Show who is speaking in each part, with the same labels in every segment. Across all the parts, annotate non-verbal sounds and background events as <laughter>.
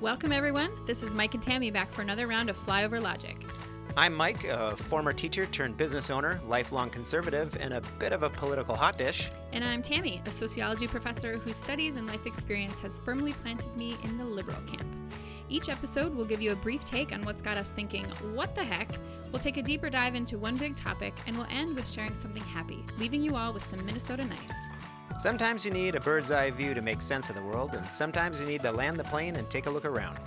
Speaker 1: Welcome, everyone. This is Mike and Tammy back for another round of Flyover Logic.
Speaker 2: I'm Mike, a former teacher turned business owner, lifelong conservative, and a bit of a political hot dish.
Speaker 1: And I'm Tammy, a sociology professor whose studies and life experience has firmly planted me in the liberal camp. Each episode will give you a brief take on what's got us thinking, what the heck? We'll take a deeper dive into one big topic, and we'll end with sharing something happy, leaving you all with some Minnesota nice.
Speaker 2: Sometimes you need a bird's eye view to make sense of the world, and sometimes you need to land the plane and take a look around.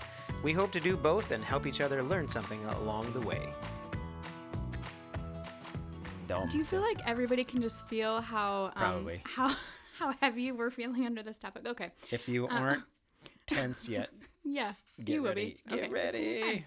Speaker 2: We hope to do both and help each other learn something along the way. Dumb.
Speaker 3: Do you feel like everybody can just feel how um,
Speaker 2: Probably.
Speaker 3: how <laughs> how heavy we're feeling under this topic? Okay,
Speaker 2: If you
Speaker 3: <laughs>
Speaker 2: aren't tense yet,
Speaker 3: yeah,
Speaker 2: get
Speaker 3: Uh-uh. you will
Speaker 2: ready.
Speaker 3: be.
Speaker 2: Get
Speaker 3: Okay.
Speaker 2: ready.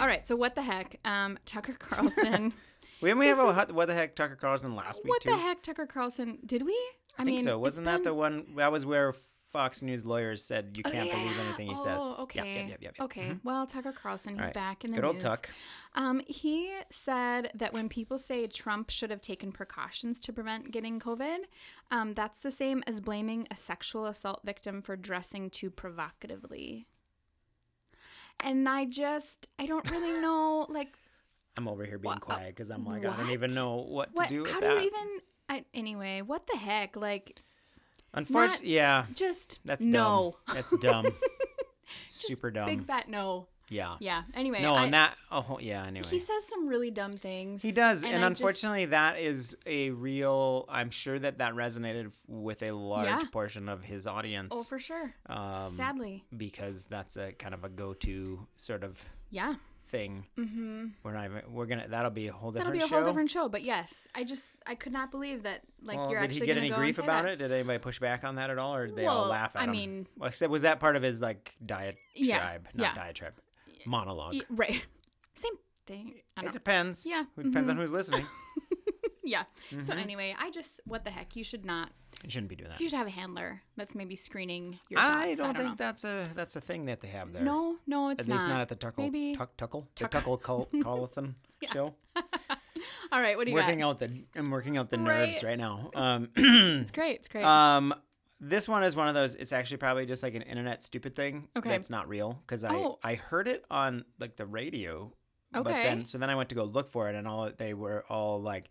Speaker 3: All right, so what the heck, um, Tucker Carlson?
Speaker 2: <laughs>
Speaker 4: Didn't we have a hot- what the heck Tucker Carlson last week
Speaker 3: what
Speaker 4: too?
Speaker 3: the heck, Tucker Carlson? Did we? I,
Speaker 4: I think
Speaker 3: mean,
Speaker 4: so.
Speaker 3: it's
Speaker 4: Wasn't that
Speaker 3: been-
Speaker 4: the one? That was where Fox News lawyers said you can't believe anything he says.
Speaker 3: Oh,
Speaker 4: Yep,
Speaker 3: okay.
Speaker 4: yep, yep, yep, yep.
Speaker 3: Okay. Well, Tucker Carlson, he's
Speaker 4: All right.
Speaker 3: back in the
Speaker 4: Good old
Speaker 3: news.
Speaker 4: Tuck.
Speaker 3: Um, he said that when people say Trump should have taken precautions to prevent getting COVID, um, that's the same as blaming a sexual assault victim for dressing too provocatively. And I just, I don't
Speaker 4: <laughs>
Speaker 3: really know, like,
Speaker 4: I'm over here being
Speaker 3: Wha- uh,
Speaker 4: quiet because I'm like I don't even
Speaker 3: what?
Speaker 4: know what,
Speaker 3: what,
Speaker 4: to do with
Speaker 3: how
Speaker 4: that.
Speaker 3: do you even, I, anyway, what the heck? Like,
Speaker 4: Unfortunately, yeah,
Speaker 3: just
Speaker 4: that's
Speaker 3: no.
Speaker 4: dumb. That's dumb.
Speaker 3: <laughs> Just
Speaker 4: Super dumb.
Speaker 3: Big fat no.
Speaker 4: yeah.
Speaker 3: Yeah. Anyway.
Speaker 4: No,
Speaker 3: I-
Speaker 4: and that. Oh, yeah. Anyway,
Speaker 3: He says some really dumb things.
Speaker 4: He does, and,
Speaker 3: I just-
Speaker 4: unfortunately, that is a real. I'm sure that that resonated f- with a large
Speaker 3: Yeah.
Speaker 4: portion of his audience.
Speaker 3: oh, for sure.
Speaker 4: um,
Speaker 3: Sadly,
Speaker 4: because that's a kind of a go-to sort of
Speaker 3: yeah.
Speaker 4: thing. Mm-hmm. We're not even. We're gonna. That'll be a whole
Speaker 3: That'll
Speaker 4: different
Speaker 3: be a
Speaker 4: show.
Speaker 3: whole different show. But yes, I just I could not believe that. Like
Speaker 4: well,
Speaker 3: you're
Speaker 4: did
Speaker 3: actually
Speaker 4: he get
Speaker 3: gonna
Speaker 4: any
Speaker 3: go
Speaker 4: grief
Speaker 3: and say
Speaker 4: about
Speaker 3: that.
Speaker 4: it? Did anybody push back on that at all, or did they all
Speaker 3: Well,
Speaker 4: laugh at
Speaker 3: I
Speaker 4: him?
Speaker 3: mean-
Speaker 4: well, except was that part of his like diet
Speaker 3: Yeah,
Speaker 4: tribe, not
Speaker 3: yeah.
Speaker 4: diatribe, monologue?
Speaker 3: Y- Right. <laughs> Same thing. I
Speaker 4: It
Speaker 3: don't.
Speaker 4: depends.
Speaker 3: Yeah, mm-hmm.
Speaker 4: it depends on
Speaker 3: <laughs>
Speaker 4: who's listening.
Speaker 3: Yeah. So
Speaker 4: Mm-hmm.
Speaker 3: anyway, I just what the heck? You should not.
Speaker 4: You shouldn't be doing that.
Speaker 3: You should have a handler that's maybe screening your. Thoughts.
Speaker 4: I don't, think
Speaker 3: know.
Speaker 4: that's a that's a thing that they have there.
Speaker 3: No, no, it's
Speaker 4: At least
Speaker 3: not.
Speaker 4: not at the Tuckle
Speaker 3: Maybe.
Speaker 4: Tuck Tuckle the
Speaker 3: <laughs>
Speaker 4: Tuckle Col- Colathon show.
Speaker 3: All right. What do you
Speaker 4: Working
Speaker 3: got?
Speaker 4: out the I'm working out the nerves
Speaker 3: Right.
Speaker 4: right now. Um, <clears throat>
Speaker 3: <clears throat> It's great. It's great.
Speaker 4: <laughs> um, this one is one of those. It's actually probably just like an internet stupid thing.
Speaker 3: Okay.
Speaker 4: that's not real because
Speaker 3: Oh.
Speaker 4: I I heard it on like the radio. But
Speaker 3: Okay.
Speaker 4: then so then I went to go look for it and all they were all like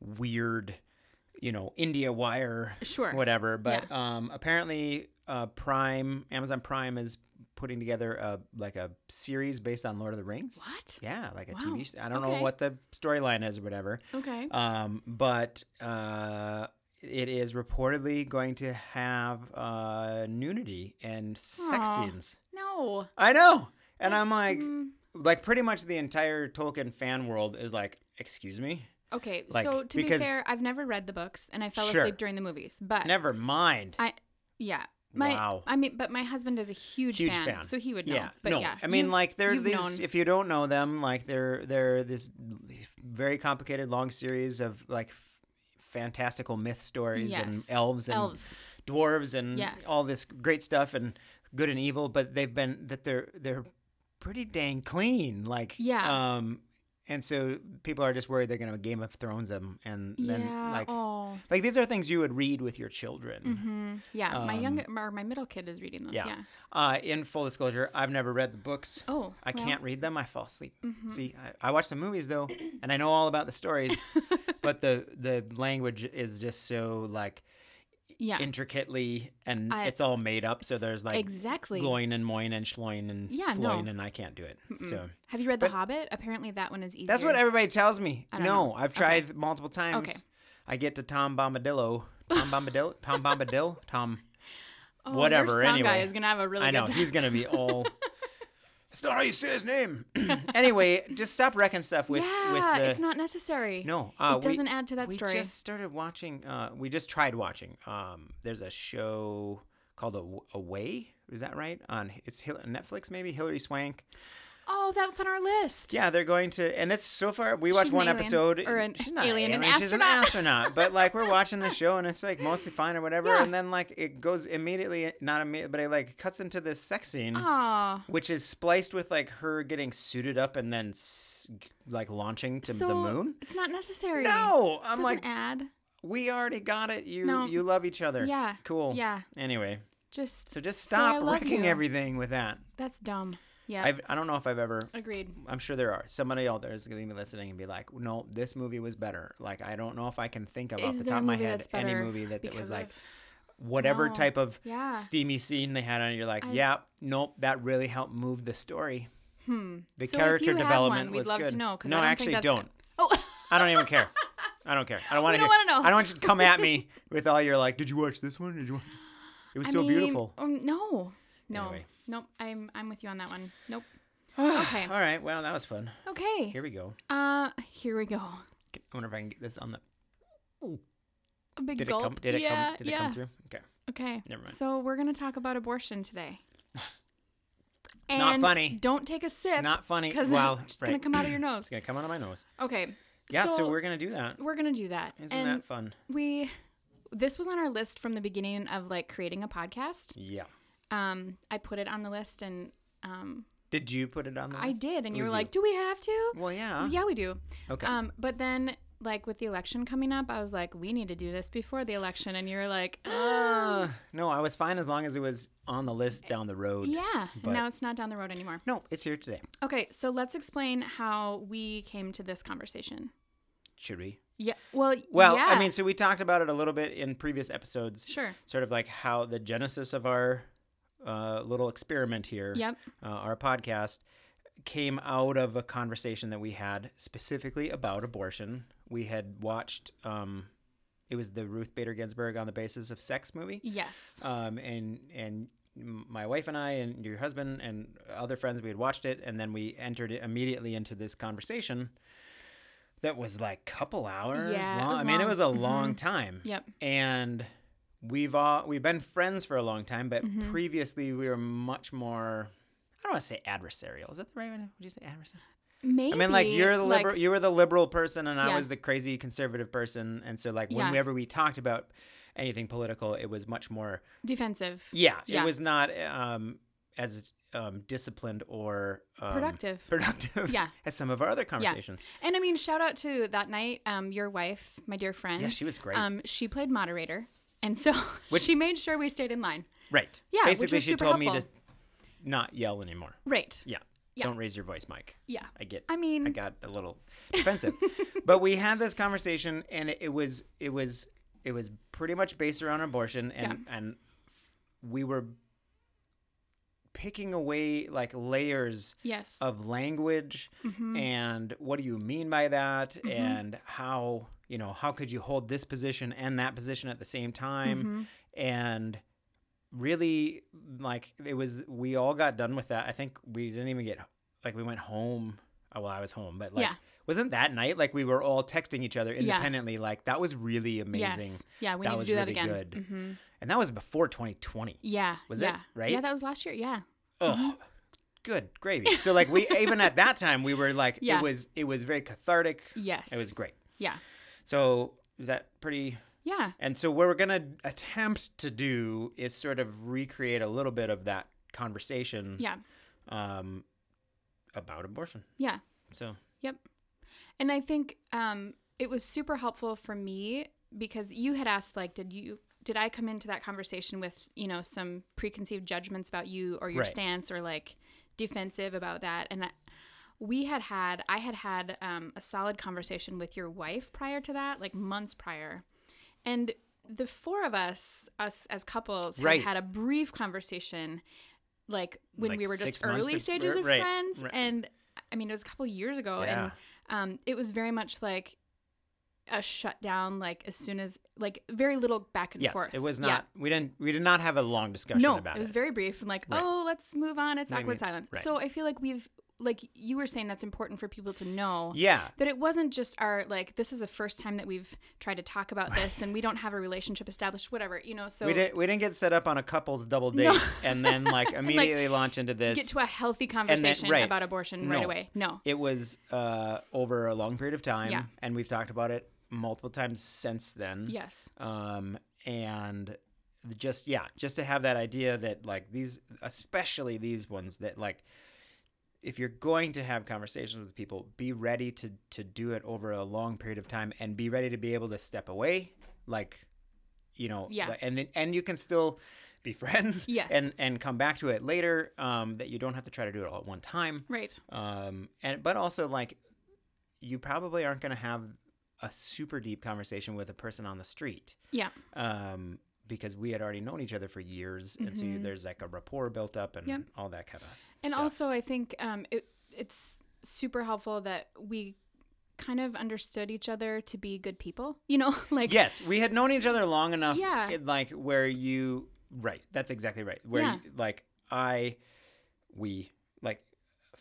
Speaker 4: weird, you know, India Wire,
Speaker 3: Sure.
Speaker 4: whatever. But um, apparently, uh, Prime Amazon Prime is putting together a like a series based on Lord of the Rings.
Speaker 3: what?
Speaker 4: Yeah, like a
Speaker 3: Wow.
Speaker 4: TV. st- I don't
Speaker 3: Okay.
Speaker 4: know what the storyline is or whatever.
Speaker 3: Okay.
Speaker 4: Um, but uh, it is reportedly going to have uh, nudity and sex
Speaker 3: Aw.
Speaker 4: scenes.
Speaker 3: no.
Speaker 4: I know, and I'm like,
Speaker 3: Mm,
Speaker 4: like pretty much the entire Tolkien fan world is like, excuse me,
Speaker 3: Okay,
Speaker 4: like,
Speaker 3: so to be
Speaker 4: because-
Speaker 3: fair, I've never read the books, and I fell
Speaker 4: Sure.
Speaker 3: asleep during the movies. But
Speaker 4: never mind.
Speaker 3: I, yeah, my,
Speaker 4: Wow.
Speaker 3: I mean, but my husband is a huge,
Speaker 4: Huge
Speaker 3: fan,
Speaker 4: fan.
Speaker 3: so he would know.
Speaker 4: Yeah,
Speaker 3: but
Speaker 4: no,
Speaker 3: yeah,
Speaker 4: I mean,
Speaker 3: you've-
Speaker 4: like they're
Speaker 3: you've
Speaker 4: these.
Speaker 3: known-
Speaker 4: If you don't know them, like they're they're this very complicated long series of like. f- Fantastical myth stories and
Speaker 3: Yes.
Speaker 4: elves and
Speaker 3: elves.
Speaker 4: dwarves and
Speaker 3: Yes.
Speaker 4: all this great stuff and good and evil, but they've been that they're they're pretty dang clean. Like
Speaker 3: Yeah.
Speaker 4: um and so people are just worried they're gonna Game of Thrones them and then
Speaker 3: yeah.
Speaker 4: like
Speaker 3: oh.
Speaker 4: like these are things you would read with your children.
Speaker 3: hmm Yeah. my
Speaker 4: um,
Speaker 3: young or my middle kid is reading those. Yeah.
Speaker 4: Yeah. Uh in full disclosure, I've never read the books.
Speaker 3: Oh.
Speaker 4: I
Speaker 3: well, Mm-hmm.
Speaker 4: can't read them. I fall asleep. See, I, I watch the movies though, and I know all about the
Speaker 3: <laughs>
Speaker 4: stories, but the the language is just so like
Speaker 3: Yeah.
Speaker 4: intricately and
Speaker 3: I-
Speaker 4: it's all made up. So there's like
Speaker 3: exactly.
Speaker 4: Gloin and Moin and Schloin and
Speaker 3: Yeah, no.
Speaker 4: Floin, and I can't do it. So
Speaker 3: Have you read The Hobbit? Apparently, that one is easier.
Speaker 4: that's what everybody tells me. No,
Speaker 3: don't know.
Speaker 4: I've
Speaker 3: Okay.
Speaker 4: tried multiple times.
Speaker 3: Okay.
Speaker 4: I get to Tom Bombadillo,
Speaker 3: <laughs>
Speaker 4: Tom Bombadil, Tom Bombadil, Tom.
Speaker 3: Oh, your
Speaker 4: whatever.
Speaker 3: sound guy
Speaker 4: anyway,
Speaker 3: is gonna have a really
Speaker 4: I know
Speaker 3: good time.
Speaker 4: he's gonna
Speaker 3: <laughs>
Speaker 4: be all. That's not how you say his name. <laughs> anyway, just stop wrecking stuff with
Speaker 3: yeah,
Speaker 4: with the.
Speaker 3: it's not necessary.
Speaker 4: no, uh,
Speaker 3: it
Speaker 4: we-
Speaker 3: doesn't add to that
Speaker 4: we
Speaker 3: story.
Speaker 4: just started watching. Uh, we just tried watching. Um, there's a show called A- Away. Is that right? On it's Hil- Netflix, maybe Hillary Swank.
Speaker 3: oh, that's on our list.
Speaker 4: Yeah, they're going to, and it's so far. We watched
Speaker 3: She's an
Speaker 4: one
Speaker 3: alien,
Speaker 4: episode.
Speaker 3: or an
Speaker 4: she's not
Speaker 3: alien, an
Speaker 4: She's an astronaut. but like we're
Speaker 3: <laughs>
Speaker 4: watching the show, and it's like mostly fine or whatever.
Speaker 3: Yeah.
Speaker 4: And then like it goes immediately, not immediately, but it like cuts into this sex scene,
Speaker 3: Ah. Aw.
Speaker 4: which is spliced with like her getting suited up and then s- like launching to the
Speaker 3: So,
Speaker 4: moon.
Speaker 3: It's not necessary.
Speaker 4: No, I'm
Speaker 3: doesn't
Speaker 4: like
Speaker 3: add.
Speaker 4: we already got it. You
Speaker 3: No.
Speaker 4: you love each other.
Speaker 3: Yeah.
Speaker 4: Cool.
Speaker 3: Yeah.
Speaker 4: Anyway,
Speaker 3: Just
Speaker 4: So just
Speaker 3: say, "I
Speaker 4: stop
Speaker 3: love
Speaker 4: wrecking
Speaker 3: you."
Speaker 4: everything with that.
Speaker 3: That's dumb. Yeah.
Speaker 4: I've, I don't know if I've ever.
Speaker 3: Agreed.
Speaker 4: I'm sure there are somebody out there is going to be listening and be like, "No, this movie was better." Like, I don't know if I can think of off
Speaker 3: Is
Speaker 4: the
Speaker 3: there
Speaker 4: top
Speaker 3: a
Speaker 4: of my
Speaker 3: movie
Speaker 4: head
Speaker 3: that's
Speaker 4: any
Speaker 3: better
Speaker 4: movie that, that was
Speaker 3: because
Speaker 4: like
Speaker 3: of-
Speaker 4: whatever
Speaker 3: No.
Speaker 4: type of
Speaker 3: Yeah.
Speaker 4: steamy scene they had on. it, You're like,
Speaker 3: I-
Speaker 4: "Yeah, nope, that really helped move the story." Hmm. The
Speaker 3: So if
Speaker 4: character
Speaker 3: you have
Speaker 4: development
Speaker 3: one, we'd
Speaker 4: was
Speaker 3: love to
Speaker 4: good.
Speaker 3: know, 'cause
Speaker 4: no,
Speaker 3: I don't
Speaker 4: actually,
Speaker 3: think that's-
Speaker 4: don't. <laughs>
Speaker 3: Oh,
Speaker 4: I don't even care. I don't care. I don't
Speaker 3: <laughs>
Speaker 4: want
Speaker 3: We
Speaker 4: to.
Speaker 3: don't wanna know.
Speaker 4: I don't want you to come at me with all your like. Did you watch this one? Did you? Watch... It was
Speaker 3: I
Speaker 4: so
Speaker 3: mean,
Speaker 4: beautiful.
Speaker 3: Um, no. No.
Speaker 4: Anyway.
Speaker 3: Nope. I'm I'm with you on that one.
Speaker 4: <sighs>
Speaker 3: Nope. okay.
Speaker 4: All right. Well, that was fun.
Speaker 3: Okay.
Speaker 4: Here we go.
Speaker 3: Uh, here we go.
Speaker 4: I wonder if I can get this on the.
Speaker 3: A big
Speaker 4: Did
Speaker 3: gulp.
Speaker 4: it come? Did it
Speaker 3: yeah,
Speaker 4: come? Did
Speaker 3: yeah.
Speaker 4: it come through? Okay.
Speaker 3: Okay.
Speaker 4: Never mind.
Speaker 3: So we're gonna talk about abortion
Speaker 4: <laughs>
Speaker 3: today.
Speaker 4: It's not
Speaker 3: And
Speaker 4: funny.
Speaker 3: Don't take a sip.
Speaker 4: It's not funny.
Speaker 3: <laughs> Because
Speaker 4: Well,
Speaker 3: it's
Speaker 4: right.
Speaker 3: gonna come out of your nose.
Speaker 4: <clears throat> It's gonna come out of my nose.
Speaker 3: Okay.
Speaker 4: Yeah. So, we're gonna do that.
Speaker 3: we're gonna do that.
Speaker 4: Isn't
Speaker 3: and
Speaker 4: that fun?
Speaker 3: we this was on our list from the beginning of like creating a podcast.
Speaker 4: Yeah.
Speaker 3: Um, I put it on the list and um
Speaker 4: Did you put it on the?
Speaker 3: I
Speaker 4: list?
Speaker 3: did, and
Speaker 4: It
Speaker 3: you were
Speaker 4: was
Speaker 3: like, "Do we have to?"
Speaker 4: Well, yeah.
Speaker 3: yeah, we do.
Speaker 4: Okay.
Speaker 3: Um, but then, like with the election coming up, I was like, "We need to do this before the election," and you were
Speaker 4: <gasps>
Speaker 3: like,
Speaker 4: Uh, no, I was fine as long as it was on the list down the road.
Speaker 3: Eh, "Yeah."
Speaker 4: But-
Speaker 3: now it's not down the road anymore.
Speaker 4: No, it's here today.
Speaker 3: Okay, so let's explain how we came to this conversation.
Speaker 4: Should we?
Speaker 3: Yeah. Well.
Speaker 4: Well, I
Speaker 3: yeah.
Speaker 4: mean, so we talked about it a little bit in previous episodes.
Speaker 3: Sure.
Speaker 4: Sort of like how the genesis of our uh, little experiment here,
Speaker 3: Yep.
Speaker 4: uh, our podcast, came out of a conversation that we had specifically about abortion. We had watched, um, it was the Ruth Bader Ginsburg on the basis of sex movie
Speaker 3: Yes.
Speaker 4: um, and and my wife and I and your husband and other friends we had watched it, and then we entered it immediately into this conversation that was like couple hours
Speaker 3: Yeah, it
Speaker 4: long.
Speaker 3: was
Speaker 4: I mean, it
Speaker 3: long. Mm-hmm.
Speaker 4: was a long time.
Speaker 3: Yep.
Speaker 4: And we've all we've been friends for a long time, but
Speaker 3: Mm-hmm.
Speaker 4: previously we were much more. I don't want to say adversarial. Is that the right one? Would you say adversarial?
Speaker 3: Maybe.
Speaker 4: I mean, like you're the liberal, you were the liberal person, and I
Speaker 3: Yeah.
Speaker 4: was the crazy conservative person, and so like
Speaker 3: Yeah.
Speaker 4: whenever we talked about anything political, it was much more
Speaker 3: defensive.
Speaker 4: yeah,
Speaker 3: Yeah.
Speaker 4: it was not um, as um, disciplined or um,
Speaker 3: Productive.
Speaker 4: Productive.
Speaker 3: Yeah.
Speaker 4: <laughs> as some of our other conversations.
Speaker 3: And I mean, shout out to that night, um, your wife, my dear friend.
Speaker 4: Yeah, she was great.
Speaker 3: Um, she played moderator, and so <laughs> she made sure we stayed in line.
Speaker 4: Right.
Speaker 3: Yeah, which
Speaker 4: Basically,
Speaker 3: was
Speaker 4: she
Speaker 3: super
Speaker 4: told me to
Speaker 3: helpful.
Speaker 4: not yell anymore.
Speaker 3: Right.
Speaker 4: Yeah.
Speaker 3: Yeah.
Speaker 4: Don't raise your voice, Mike.
Speaker 3: Yeah.
Speaker 4: I get.
Speaker 3: I mean-
Speaker 4: I got a little defensive, but we had this conversation, and it, it was it was it was pretty much based around abortion, and and f- we were picking away like layers
Speaker 3: Yes.
Speaker 4: of language
Speaker 3: Mm-hmm.
Speaker 4: and what do you mean by that and how you know how could you hold this position and that position at the same time
Speaker 3: Mm-hmm.
Speaker 4: and really like it was we all got done with that i think we didn't even get like we went home oh, well i was home but like
Speaker 3: Yeah.
Speaker 4: wasn't that night like we were all texting each other independently like that was really amazing
Speaker 3: Yes. Yeah, we
Speaker 4: that
Speaker 3: need to
Speaker 4: was
Speaker 3: do that
Speaker 4: really
Speaker 3: again. Mm-hmm.
Speaker 4: good and that was before 2020
Speaker 3: Yeah.
Speaker 4: Was it?
Speaker 3: yeah.
Speaker 4: Right?
Speaker 3: Yeah, that was last year. Yeah. Mm-hmm.
Speaker 4: oh good gravy so like we even at that time we were like
Speaker 3: Yeah.
Speaker 4: it was it was very cathartic
Speaker 3: Yes.
Speaker 4: it was great
Speaker 3: Yeah.
Speaker 4: so is that pretty
Speaker 3: Yeah.
Speaker 4: and so what we're gonna attempt to do is sort of recreate a little bit of that conversation
Speaker 3: Yeah.
Speaker 4: um about abortion
Speaker 3: Yeah.
Speaker 4: so
Speaker 3: Yep. And I think um, it was super helpful for me because you had asked, like, did you did I come into that conversation with you know some preconceived judgments about you or your
Speaker 4: Right.
Speaker 3: stance or like defensive about that? And I, we had had I had had um, a solid conversation with your wife prior to that, like months prior, and the four of us us as couples
Speaker 4: Right.
Speaker 3: had had a brief conversation like when
Speaker 4: Like
Speaker 3: we were
Speaker 4: six
Speaker 3: just
Speaker 4: months
Speaker 3: early
Speaker 4: of-
Speaker 3: stages of
Speaker 4: right,
Speaker 3: friends
Speaker 4: right.
Speaker 3: and i mean it was a couple years ago
Speaker 4: Yeah.
Speaker 3: and um, it was very much like a shutdown like as soon as like very little back and
Speaker 4: yes
Speaker 3: forth
Speaker 4: it was
Speaker 3: Yeah.
Speaker 4: not we didn't we did not have a long discussion
Speaker 3: no
Speaker 4: about
Speaker 3: it was very brief and like
Speaker 4: Right.
Speaker 3: oh let's move on it's
Speaker 4: Maybe-
Speaker 3: awkward silence
Speaker 4: right.
Speaker 3: so i feel like we've like you were saying that's important for people to know
Speaker 4: yeah
Speaker 3: that it wasn't just our like this is the first time that we've tried to talk about this and we don't have a relationship established whatever you know so
Speaker 4: we didn't we didn't get set up on a couple's double date and then
Speaker 3: <laughs>
Speaker 4: like immediately launch into this
Speaker 3: get to a healthy conversation
Speaker 4: right.
Speaker 3: about abortion right
Speaker 4: No.
Speaker 3: away no
Speaker 4: It was uh, over a long period of time,
Speaker 3: Yeah.
Speaker 4: and we've talked about it multiple times since then.
Speaker 3: Yes.
Speaker 4: Um, and just yeah, just to have that idea that like these, especially these ones that like, if you're going to have conversations with people, be ready to to do it over a long period of time, and be ready to be able to step away, like, you know,
Speaker 3: Yeah.
Speaker 4: like- and then and you can still be <laughs> friends
Speaker 3: Yes.
Speaker 4: and and come back to it later um, that you don't have to try to do it all at one time
Speaker 3: Right.
Speaker 4: um, and but also like you probably aren't going to have a super deep conversation with a person on the street
Speaker 3: Yeah.
Speaker 4: um, because we had already known each other for years and so you, there's like a rapport built up and
Speaker 3: Mm-hmm. Yep.
Speaker 4: all that kind of
Speaker 3: And
Speaker 4: stuff.
Speaker 3: also, I think um, it, it's super helpful that we kind of understood each other to be good people. You know, <laughs> like
Speaker 4: yes we had known each other long enough
Speaker 3: Yeah.
Speaker 4: it- like where you right that's exactly right where
Speaker 3: Yeah.
Speaker 4: you- like i we like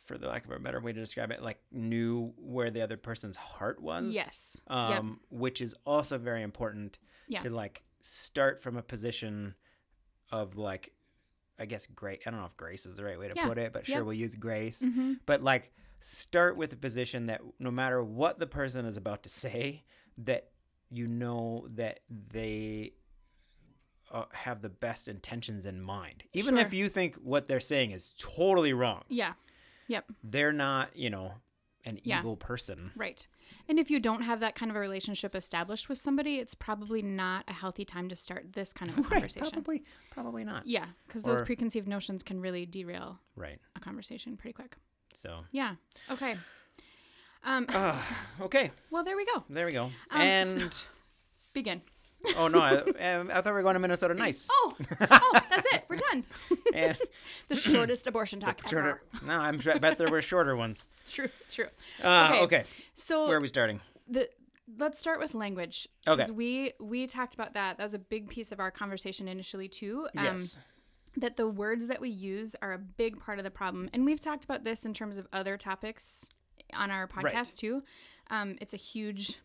Speaker 4: for the lack of a better way to describe it like knew where the other person's heart was
Speaker 3: yes, Yep.
Speaker 4: um, which is also very important
Speaker 3: Yeah.
Speaker 4: to like start from a position of like i guess great i don't know if grace is the right way to
Speaker 3: Yeah.
Speaker 4: put it but sure
Speaker 3: Yep. Mm-hmm.
Speaker 4: we'll use grace but like start with a position that no matter what the person is about to say that you know that they uh, have the best intentions in mind even
Speaker 3: Sure.
Speaker 4: if you think what they're saying is totally wrong
Speaker 3: yeah, yep,
Speaker 4: they're not you know an
Speaker 3: Yeah.
Speaker 4: evil person
Speaker 3: right. And if you don't have that kind of a relationship established with somebody, it's probably not a healthy time to start this kind of a
Speaker 4: <laughs> Right,
Speaker 3: conversation.
Speaker 4: probably probably not
Speaker 3: Yeah, because those
Speaker 4: Or-
Speaker 3: preconceived notions can really derail
Speaker 4: right
Speaker 3: a conversation pretty quick.
Speaker 4: so
Speaker 3: Yeah. Okay. Um,
Speaker 4: okay
Speaker 3: well, there we go.
Speaker 4: there we go
Speaker 3: Um,
Speaker 4: and
Speaker 3: Begin.
Speaker 4: oh no I, <laughs> um, I thought we were going to
Speaker 3: <laughs>
Speaker 4: minnesota nice
Speaker 3: Oh, oh, that's it. We're
Speaker 4: <laughs>
Speaker 3: done.
Speaker 4: and
Speaker 3: the shortest abortion talk
Speaker 4: shorter
Speaker 3: ever.
Speaker 4: no i'm sure I bet there were shorter
Speaker 3: <laughs>
Speaker 4: ones
Speaker 3: True, true.
Speaker 4: uh, okay.
Speaker 3: Okay. So
Speaker 4: where are we starting
Speaker 3: the let's start with language. 'cause
Speaker 4: Okay.
Speaker 3: We we talked about that. That was a big piece of our conversation initially too. Um,
Speaker 4: yes
Speaker 3: That the words that we use are a big part of the problem, and we've talked about this in terms of other topics on our podcast too. Um, it's a huge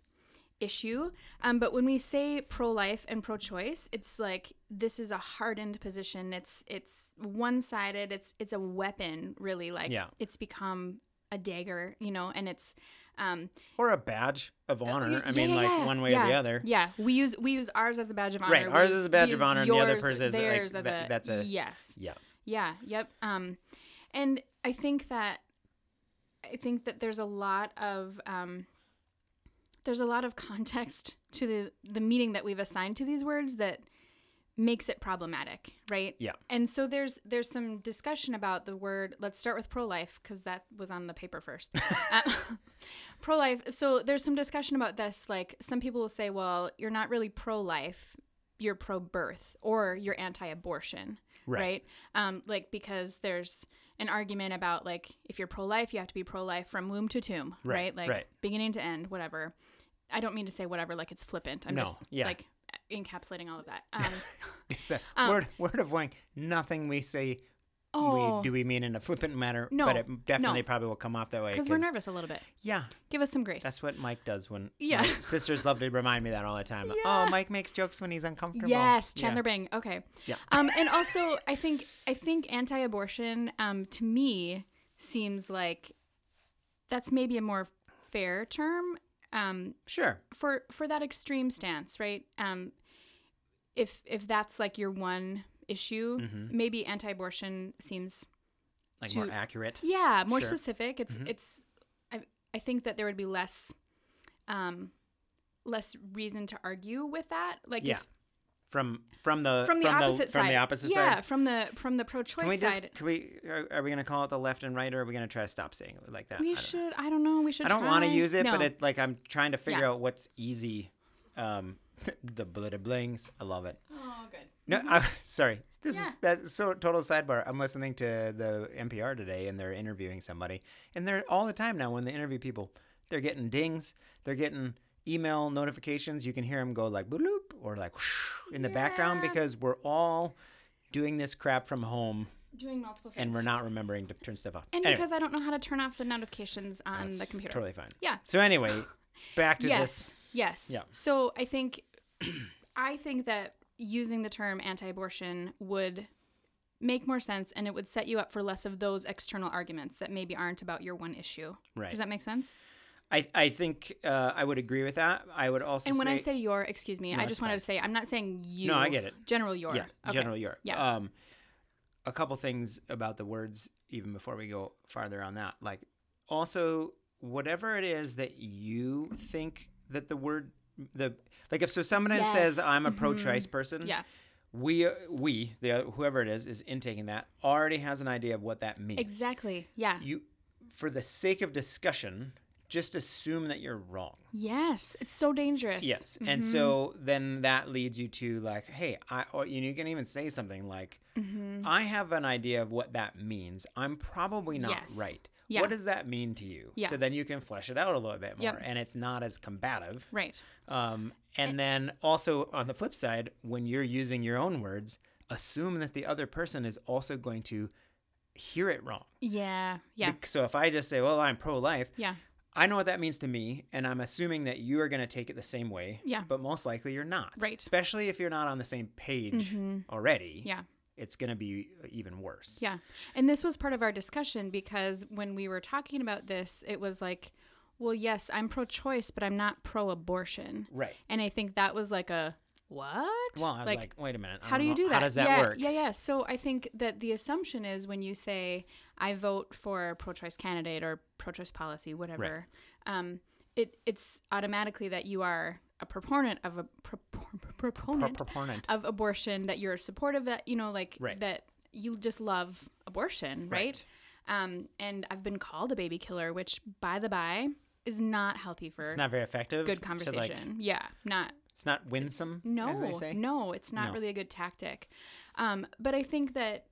Speaker 3: issue. Um, but when we say pro-life and pro-choice, it's like this is a hardened position. It's it's one-sided. It's it's a weapon, really. Like
Speaker 4: Yeah.
Speaker 3: it's become a dagger, you know, and it's um
Speaker 4: or a badge of honor i
Speaker 3: Uh, yeah,
Speaker 4: mean
Speaker 3: yeah,
Speaker 4: like
Speaker 3: yeah,
Speaker 4: one way
Speaker 3: yeah,
Speaker 4: or the other
Speaker 3: Yeah, we use we use ours as a badge of honor.
Speaker 4: Right,
Speaker 3: We
Speaker 4: ours is a badge of
Speaker 3: use
Speaker 4: honor and the other
Speaker 3: yours-
Speaker 4: person's, like,
Speaker 3: theirs as
Speaker 4: that-
Speaker 3: a,
Speaker 4: that's a-
Speaker 3: yes.
Speaker 4: yeah
Speaker 3: Yeah. Yep. Um, and I think that I think that there's a lot of um, there's a lot of context <laughs> to the the meaning that we've assigned to these words that makes it problematic, right?
Speaker 4: Yeah.
Speaker 3: And so there's there's some discussion about the word. Let's start with pro life because that was on the paper first. uh, <laughs> pro life. So there's some discussion about this. Like some people will say, well, you're not really pro life. You're pro birth or you're anti abortion,
Speaker 4: Right.
Speaker 3: right? Um, like because there's an argument about like if you're pro life, you have to be pro life from womb to tomb,
Speaker 4: Right,
Speaker 3: right? Like
Speaker 4: right.
Speaker 3: beginning to end, whatever. I don't mean to say whatever like it's flippant. I'm
Speaker 4: No,
Speaker 3: just
Speaker 4: yeah.
Speaker 3: like encapsulating all of
Speaker 4: <laughs>
Speaker 3: that. Um,
Speaker 4: <laughs> It's a word word of warning. Nothing we say
Speaker 3: oh,
Speaker 4: we do we mean in a flippant manner,
Speaker 3: No,
Speaker 4: but it definitely
Speaker 3: no.
Speaker 4: probably will come off that way.
Speaker 3: because we're nervous a little bit.
Speaker 4: Yeah,
Speaker 3: Give us some grace.
Speaker 4: that's what Mike does when.
Speaker 3: <laughs> Yeah.
Speaker 4: my sisters love to remind me that all the time.
Speaker 3: <laughs>
Speaker 4: Oh, Mike makes jokes when he's uncomfortable.
Speaker 3: Yes,
Speaker 4: Yeah.
Speaker 3: Chandler Bing. Okay.
Speaker 4: Yeah.
Speaker 3: Um, and also, I think I think anti-abortion um, to me seems like that's maybe a more fair term um,
Speaker 4: Sure.
Speaker 3: for for that extreme stance, right? Um, if if that's like your one issue,
Speaker 4: Mm-hmm.
Speaker 3: maybe anti-abortion seems
Speaker 4: Like
Speaker 3: To-
Speaker 4: more accurate.
Speaker 3: yeah more
Speaker 4: Sure. Mm-hmm.
Speaker 3: specific. It's it's I I think that there would be less um less reason to argue with that. Like
Speaker 4: Yeah.
Speaker 3: if,
Speaker 4: From from the
Speaker 3: from the opposite side.
Speaker 4: from the opposite
Speaker 3: yeah,
Speaker 4: side.
Speaker 3: from the from the pro-choice
Speaker 4: Can we just
Speaker 3: side.
Speaker 4: can we are, are we gonna call it the left and right or are we gonna try to stop saying it like that? I
Speaker 3: We
Speaker 4: don't know.
Speaker 3: should. I don't know. We should.
Speaker 4: I don't want to
Speaker 3: try.
Speaker 4: use it, but
Speaker 3: No.
Speaker 4: it like I'm trying to figure
Speaker 3: Yeah.
Speaker 4: out what's easy. Um, <laughs> the blitter blings. I love it.
Speaker 3: Oh, good.
Speaker 4: No, I, <laughs> sorry. This is
Speaker 3: Yeah.
Speaker 4: that's so total sidebar. I'm listening to the NPR today, and they're interviewing somebody, and they're all the time now when they interview people, they're getting dings, they're getting email notifications. You can hear them go like bloop or like whoosh in the background
Speaker 3: Yeah.
Speaker 4: because we're all doing this crap from home,
Speaker 3: Doing multiple things.
Speaker 4: and we're not remembering to turn stuff off.
Speaker 3: And
Speaker 4: Anyway,
Speaker 3: because I don't know how to turn off the notifications on
Speaker 4: that's
Speaker 3: the computer.
Speaker 4: totally fine.
Speaker 3: Yeah.
Speaker 4: So anyway, back
Speaker 3: <laughs>
Speaker 4: to
Speaker 3: yes.
Speaker 4: this.
Speaker 3: Yes.
Speaker 4: Yeah.
Speaker 3: So I think, <clears throat> I think that using the term anti-abortion would make more sense, and it would set you up for less of those external arguments that maybe aren't about your one issue.
Speaker 4: Right.
Speaker 3: Does that make sense?
Speaker 4: I, I think uh, I would agree with that. I would also
Speaker 3: And when
Speaker 4: say,
Speaker 3: I say your, excuse me, I
Speaker 4: that's
Speaker 3: just wanted to say I'm not saying you.
Speaker 4: No, I get it.
Speaker 3: General your.
Speaker 4: yeah,
Speaker 3: Okay.
Speaker 4: General Europe.
Speaker 3: Yeah.
Speaker 4: Um, a couple things about the words even before we go farther on that. Like also whatever it is that you think that the word the like if so someone says
Speaker 3: Yes. Mm-hmm.
Speaker 4: I'm a pro-choice person.
Speaker 3: Yeah.
Speaker 4: we we the whoever it is is intaking that already has an idea of what that means.
Speaker 3: Exactly. Yeah.
Speaker 4: You for the sake of discussion, just assume that you're wrong.
Speaker 3: yes. It's so dangerous.
Speaker 4: Yes.
Speaker 3: Mm-hmm.
Speaker 4: And so then that leads you to like, hey, I or you, know, you can even say something like,
Speaker 3: Mm-hmm.
Speaker 4: I have an idea of what that means. I'm probably not
Speaker 3: Yes.
Speaker 4: right.
Speaker 3: Yeah.
Speaker 4: What does that mean to you?
Speaker 3: Yeah.
Speaker 4: So then you can flesh it out a little bit more
Speaker 3: Yep.
Speaker 4: and it's not as combative.
Speaker 3: Right.
Speaker 4: Um,
Speaker 3: Eh
Speaker 4: and then also on the flip side, when you're using your own words, assume that the other person is also going to hear it wrong.
Speaker 3: Yeah. Yeah.
Speaker 4: Bec- So if I just say, well, I'm pro life,
Speaker 3: yeah.
Speaker 4: I know what that means to me, and I'm assuming that you are going to take it the same way.
Speaker 3: Yeah.
Speaker 4: But most likely you're not.
Speaker 3: Right. Mm-hmm.
Speaker 4: Especially if you're not on the same page already.
Speaker 3: Yeah.
Speaker 4: It's going to be uh, even worse.
Speaker 3: Yeah. And this was part of our discussion because when we were talking about this, it was like, well, yes, I'm pro choice, but I'm not pro abortion.
Speaker 4: Right.
Speaker 3: And I think that was like a what?
Speaker 4: Well, I was like, wait a minute. I
Speaker 3: how do
Speaker 4: don't
Speaker 3: you do
Speaker 4: know-
Speaker 3: that?
Speaker 4: How does that
Speaker 3: yeah,
Speaker 4: work?
Speaker 3: Yeah, yeah. So I think that the assumption is when you say I vote for pro-choice candidate or pro-choice policy, whatever, um, it it's automatically that you are a proponent of a pro- <laughs> pro- proponent
Speaker 4: Proponent.
Speaker 3: of abortion, that you're supportive, that you know, like
Speaker 4: Right.
Speaker 3: that you just love abortion, right? Um, and I've been called a baby killer, which, by the by, is not healthy for
Speaker 4: It's not very effective.
Speaker 3: good
Speaker 4: to,
Speaker 3: conversation.
Speaker 4: like-
Speaker 3: yeah, not
Speaker 4: it's not winsome.
Speaker 3: no,
Speaker 4: as they say.
Speaker 3: no, it's not
Speaker 4: No.
Speaker 3: really a good tactic. Um, but I think that,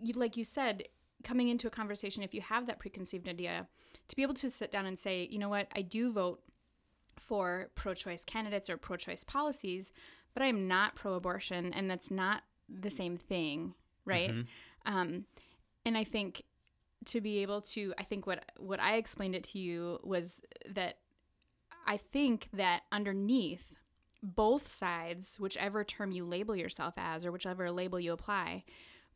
Speaker 3: you, like you said, coming into a conversation, if you have that preconceived idea, to be able to sit down and say, you know what, I do vote for pro choice candidates or pro choice policies, but I am not pro abortion, and that's not the same thing, right? Um, and I think to be able to i think what what i explained it to you was that i think that underneath both sides whichever term you label yourself as or whichever label you apply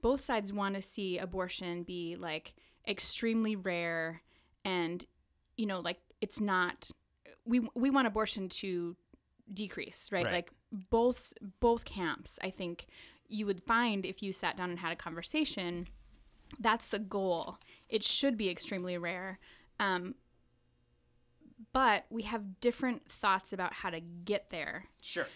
Speaker 3: both sides want to see abortion be like extremely rare and you know like it's not we we want abortion to decrease right,
Speaker 4: Right.
Speaker 3: like both both camps i think you would find if you sat down and had a conversation that's the goal it should be extremely rare um, but we have different thoughts about how to get there
Speaker 4: Sure.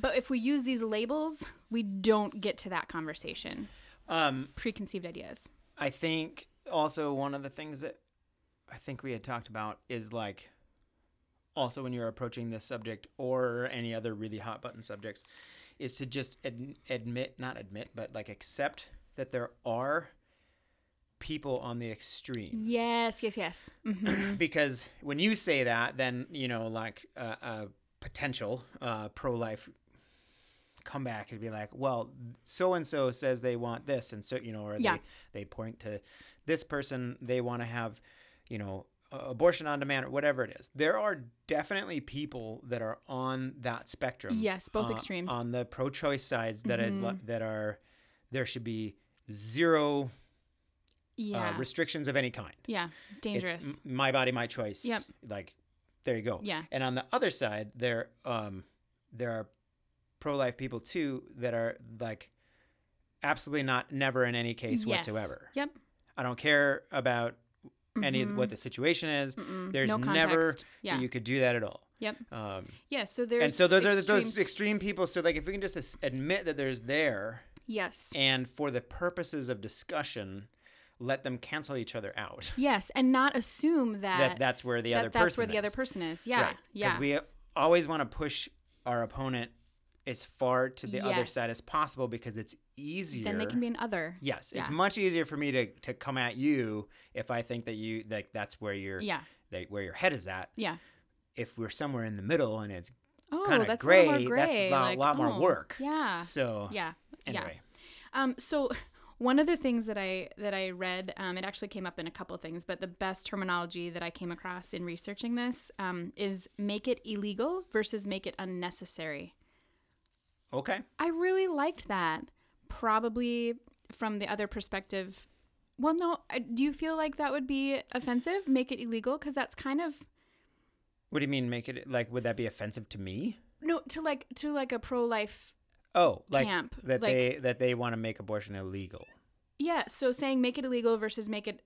Speaker 3: but if we use these labels we don't get to that conversation
Speaker 4: Um,
Speaker 3: preconceived ideas
Speaker 4: I think also one of the things that I think we had talked about is like also when you're approaching this subject or any other really hot button subjects is to just ad- admit not admit but like accept that there are people on the extremes
Speaker 3: yes yes yes
Speaker 4: because when you say that, then you know, like uh, a potential uh, pro-life comeback would be like, well, so and so says they want this, and so you know, or
Speaker 3: Yeah.
Speaker 4: they they point to this person they want to have, you know, a- abortion on demand or whatever it is. There are definitely people that are on that spectrum. uh,
Speaker 3: Yes, both extremes. Mm-hmm.
Speaker 4: On the pro-choice sides, that is li that are there should be zero
Speaker 3: yeah
Speaker 4: uh, restrictions of any kind
Speaker 3: yeah dangerous
Speaker 4: it's m- my body my choice
Speaker 3: Yep.
Speaker 4: like there you go
Speaker 3: Yeah.
Speaker 4: and on the other side there um there are pro-life people too that are like absolutely not never in any case
Speaker 3: Yes.
Speaker 4: whatsoever
Speaker 3: yep
Speaker 4: i don't care about any of what the situation is there's
Speaker 3: No
Speaker 4: never
Speaker 3: context. Mm-hmm. Mm,
Speaker 4: that
Speaker 3: Yeah.
Speaker 4: you could do that at all
Speaker 3: yep
Speaker 4: um
Speaker 3: yeah so there's
Speaker 4: and so those are
Speaker 3: extreme-
Speaker 4: those extreme people so like if we can just as- admit that there's there
Speaker 3: yes
Speaker 4: and for the purposes of discussion let them cancel each other out
Speaker 3: yes and not assume that,
Speaker 4: that that's where the
Speaker 3: that
Speaker 4: other person
Speaker 3: that's where the
Speaker 4: is.
Speaker 3: other person is yeah yeah
Speaker 4: Because we always want to push our opponent as far to the other
Speaker 3: Yes.
Speaker 4: side as possible because it's easier.
Speaker 3: then they can be an other
Speaker 4: yes, it's
Speaker 3: yeah.
Speaker 4: much easier for me to, to come at you if I think that you like that's where your
Speaker 3: Yeah.
Speaker 4: that, where your head is at.
Speaker 3: yeah
Speaker 4: If we're somewhere in the middle and it's
Speaker 3: oh
Speaker 4: kind of
Speaker 3: that's a little
Speaker 4: gray,
Speaker 3: more
Speaker 4: that's
Speaker 3: gray,
Speaker 4: a lot,
Speaker 3: like,
Speaker 4: lot more
Speaker 3: oh,
Speaker 4: work.
Speaker 3: yeah
Speaker 4: So
Speaker 3: yeah yeah
Speaker 4: anyway,
Speaker 3: Um, so <laughs> one of the things that I that I read, um, it actually came up in a couple things, but the best terminology that I came across in researching this um, is make it illegal versus make it unnecessary.
Speaker 4: okay,
Speaker 3: I really liked that. Probably from the other perspective. Well, no, I- do you feel like that would be offensive? Make it illegal because that's kind of
Speaker 4: what do you mean? Make it like would that be offensive to me?
Speaker 3: no to like to like a pro life.
Speaker 4: Oh, like
Speaker 3: Camp,
Speaker 4: that
Speaker 3: like-
Speaker 4: they that they want to make abortion illegal.
Speaker 3: Yeah, so saying make it illegal versus make it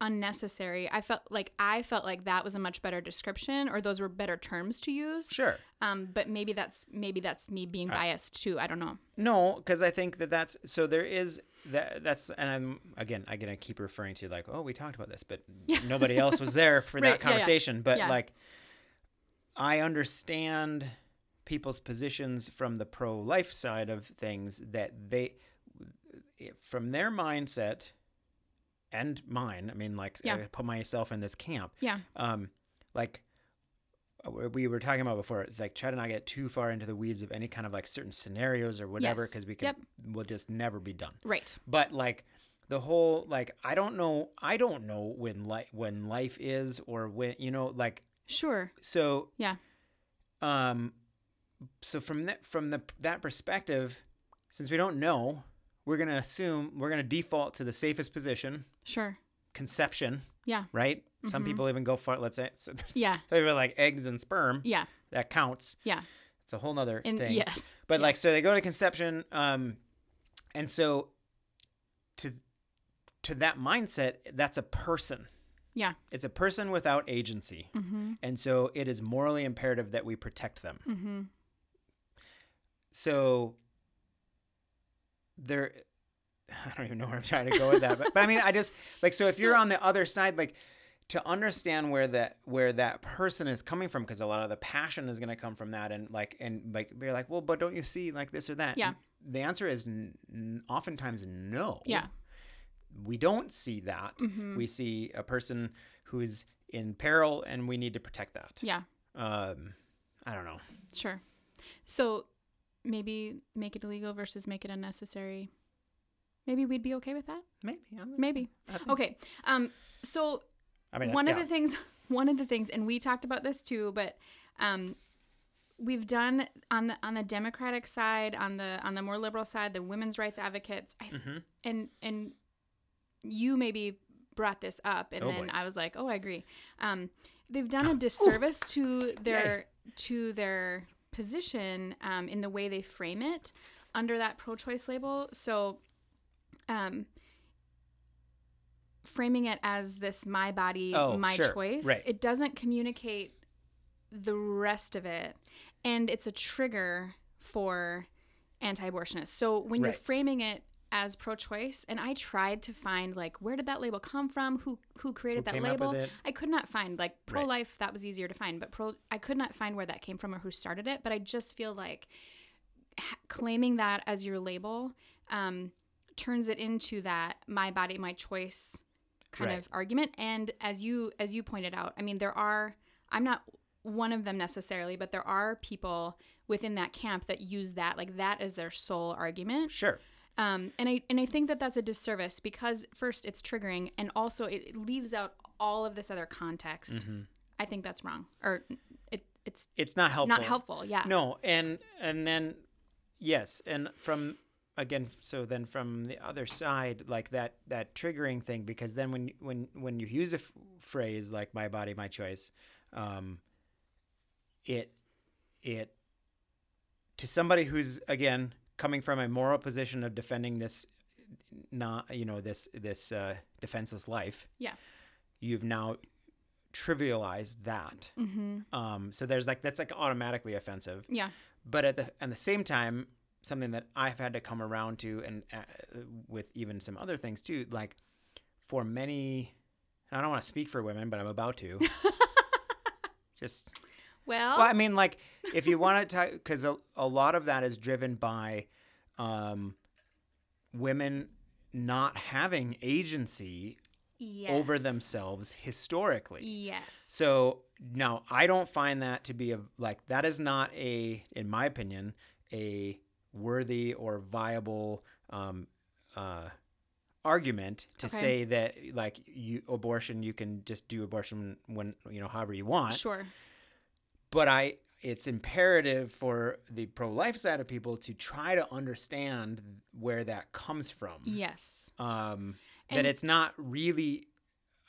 Speaker 3: unnecessary. I felt like I felt like that was a much better description, or those were better terms to use.
Speaker 4: Sure.
Speaker 3: Um, but maybe that's maybe that's me being biased too. I don't know.
Speaker 4: No, because I think that that's so. There is that. That's and I'm again. I'm gonna keep referring to like, oh, we talked about this, but nobody else was there
Speaker 3: <laughs>
Speaker 4: for
Speaker 3: Right, yeah, yeah.
Speaker 4: that conversation. But
Speaker 3: Yeah.
Speaker 4: like, I understand people's positions from the pro-life side of things that they, from their mindset, and mine. I mean, like,
Speaker 3: Yeah.
Speaker 4: I put myself in this camp
Speaker 3: Yeah.
Speaker 4: um, like uh, we- we were talking about before it's like try to not get too far into the weeds of any kind of like certain scenarios or whatever
Speaker 3: Yes.
Speaker 4: because we can
Speaker 3: Yep.
Speaker 4: we'll just never be done
Speaker 3: Right.
Speaker 4: but like the whole like i don't know i don't know when life when life is or when you know like
Speaker 3: Sure.
Speaker 4: so
Speaker 3: Yeah.
Speaker 4: um so from that from the that perspective since we don't know we're going to assume we're going to default to the safest position
Speaker 3: Sure.
Speaker 4: conception
Speaker 3: Yeah. Mm-hmm.
Speaker 4: right? Some people even go for let's say <laughs> so
Speaker 3: Yeah.
Speaker 4: Some people are like eggs and sperm.
Speaker 3: Yeah.
Speaker 4: That counts.
Speaker 3: Yeah.
Speaker 4: It's a whole nother
Speaker 3: And
Speaker 4: thing.
Speaker 3: yes.
Speaker 4: But like so they go to conception, um, and so to to that mindset, that's a person.
Speaker 3: Yeah.
Speaker 4: It's a person without agency. And so it is morally imperative that we protect them.
Speaker 3: Mm-hmm.
Speaker 4: So there <laughs> I don't even know where I'm trying to go with that, but, but I mean I just like so if you're on the other side like to understand where that where that person is coming from because a lot of the passion is going to come from that and like and like you're like well but don't you see like this or that
Speaker 3: Yeah.
Speaker 4: the answer is n- n- oftentimes no
Speaker 3: Yeah. Mm-hmm.
Speaker 4: we don't see that we see a person who's in peril and we need to protect that
Speaker 3: Yeah.
Speaker 4: um i don't know
Speaker 3: Sure. So maybe make it illegal versus make it unnecessary. Maybe we'd be okay with that.
Speaker 4: maybe I don't know.
Speaker 3: Maybe.
Speaker 4: I think-
Speaker 3: Okay. Um. So
Speaker 4: i mean
Speaker 3: one of
Speaker 4: yeah.
Speaker 3: the things, <laughs> one of the things, and we talked about this too, but um, we've done on the on the Democratic side, on the on the more liberal side, the women's rights advocates, I,
Speaker 4: Mm-hmm.
Speaker 3: and and you maybe brought this up, and
Speaker 4: Oh,
Speaker 3: then
Speaker 4: boy.
Speaker 3: I was like, oh, I agree. Um, they've done
Speaker 4: <laughs>
Speaker 3: a disservice to their to their position um, in the way they frame it under that pro-choice label. So, um, framing it as this "my body,
Speaker 4: Oh,
Speaker 3: my
Speaker 4: sure.
Speaker 3: choice,"
Speaker 4: Right.
Speaker 3: it doesn't communicate the rest of it, and it's a trigger for anti-abortionists. So when you're
Speaker 4: Right.
Speaker 3: framing it as pro-choice, and I tried to find like where did that label come from? Who who created that
Speaker 4: came up with
Speaker 3: label?
Speaker 4: it?
Speaker 3: I could not find like pro-life. That was easier to find, but pro I could not find where that came from or who started it. But I just feel like ha- claiming that as your label um, turns it into that my body, my choice kind
Speaker 4: Right.
Speaker 3: of argument. And as you as you pointed out, I mean there are I'm not one of them necessarily, but there are people within that camp that use that like that as their sole argument.
Speaker 4: sure
Speaker 3: Um, and I and I think that that's a disservice because first it's triggering, and also it, it leaves out all of this other context.
Speaker 4: Mm-hmm.
Speaker 3: I think that's wrong, or it it's
Speaker 4: it's not helpful.
Speaker 3: not helpful. Yeah.
Speaker 4: No, and and then yes, and from again, so then from the other side, like that that triggering thing, because then when when when you use a f- phrase like "my body, my choice," um, it it to somebody who's again coming from a moral position of defending this not you know this this uh, defenseless life
Speaker 3: Yeah.
Speaker 4: you've now trivialized that um, so there's like that's like automatically offensive
Speaker 3: Mm-hmm. Yeah.
Speaker 4: but at the at the same time something that i've had to come around to and uh, with even some other things too like for many and i don't want to speak for women but i'm about to just
Speaker 3: Well.
Speaker 4: well, I mean, like if you want to, because a, a lot of that is driven by um, women not having agency
Speaker 3: yes.
Speaker 4: over themselves historically.
Speaker 3: Yes.
Speaker 4: So now I don't find that to be a like that is not a, in my opinion, a worthy or viable um, uh, argument to
Speaker 3: Okay.
Speaker 4: say that like you abortion you can just do abortion when you know however you want
Speaker 3: Sure.
Speaker 4: but I it's imperative for the pro-life side of people to try to understand where that comes from.
Speaker 3: Yes.
Speaker 4: Um, that
Speaker 3: And-
Speaker 4: it's not really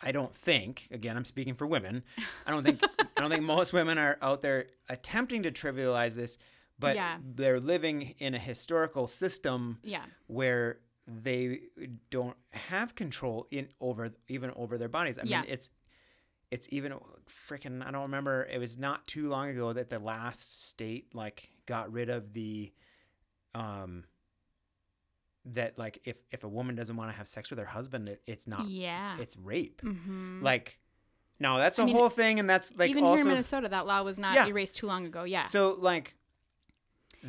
Speaker 4: I don't think, again, I'm speaking for women. I don't
Speaker 3: <laughs>
Speaker 4: think I don't think most women are out there attempting to trivialize this, but
Speaker 3: Yeah.
Speaker 4: they're living in a historical system
Speaker 3: Yeah.
Speaker 4: where they don't have control in over even over their bodies. I
Speaker 3: Yeah.
Speaker 4: mean, it's it's even freaking I don't remember. It was not too long ago that the last state like got rid of the um that like if if a woman doesn't want to have sex with her husband, it, it's not
Speaker 3: yeah.
Speaker 4: it's rape.
Speaker 3: mm-hmm.
Speaker 4: Like no, that's a
Speaker 3: I mean,
Speaker 4: whole thing and that's like
Speaker 3: Even
Speaker 4: also
Speaker 3: here in Minnesota, that law was not
Speaker 4: Yeah.
Speaker 3: erased too long ago. Yeah.
Speaker 4: so like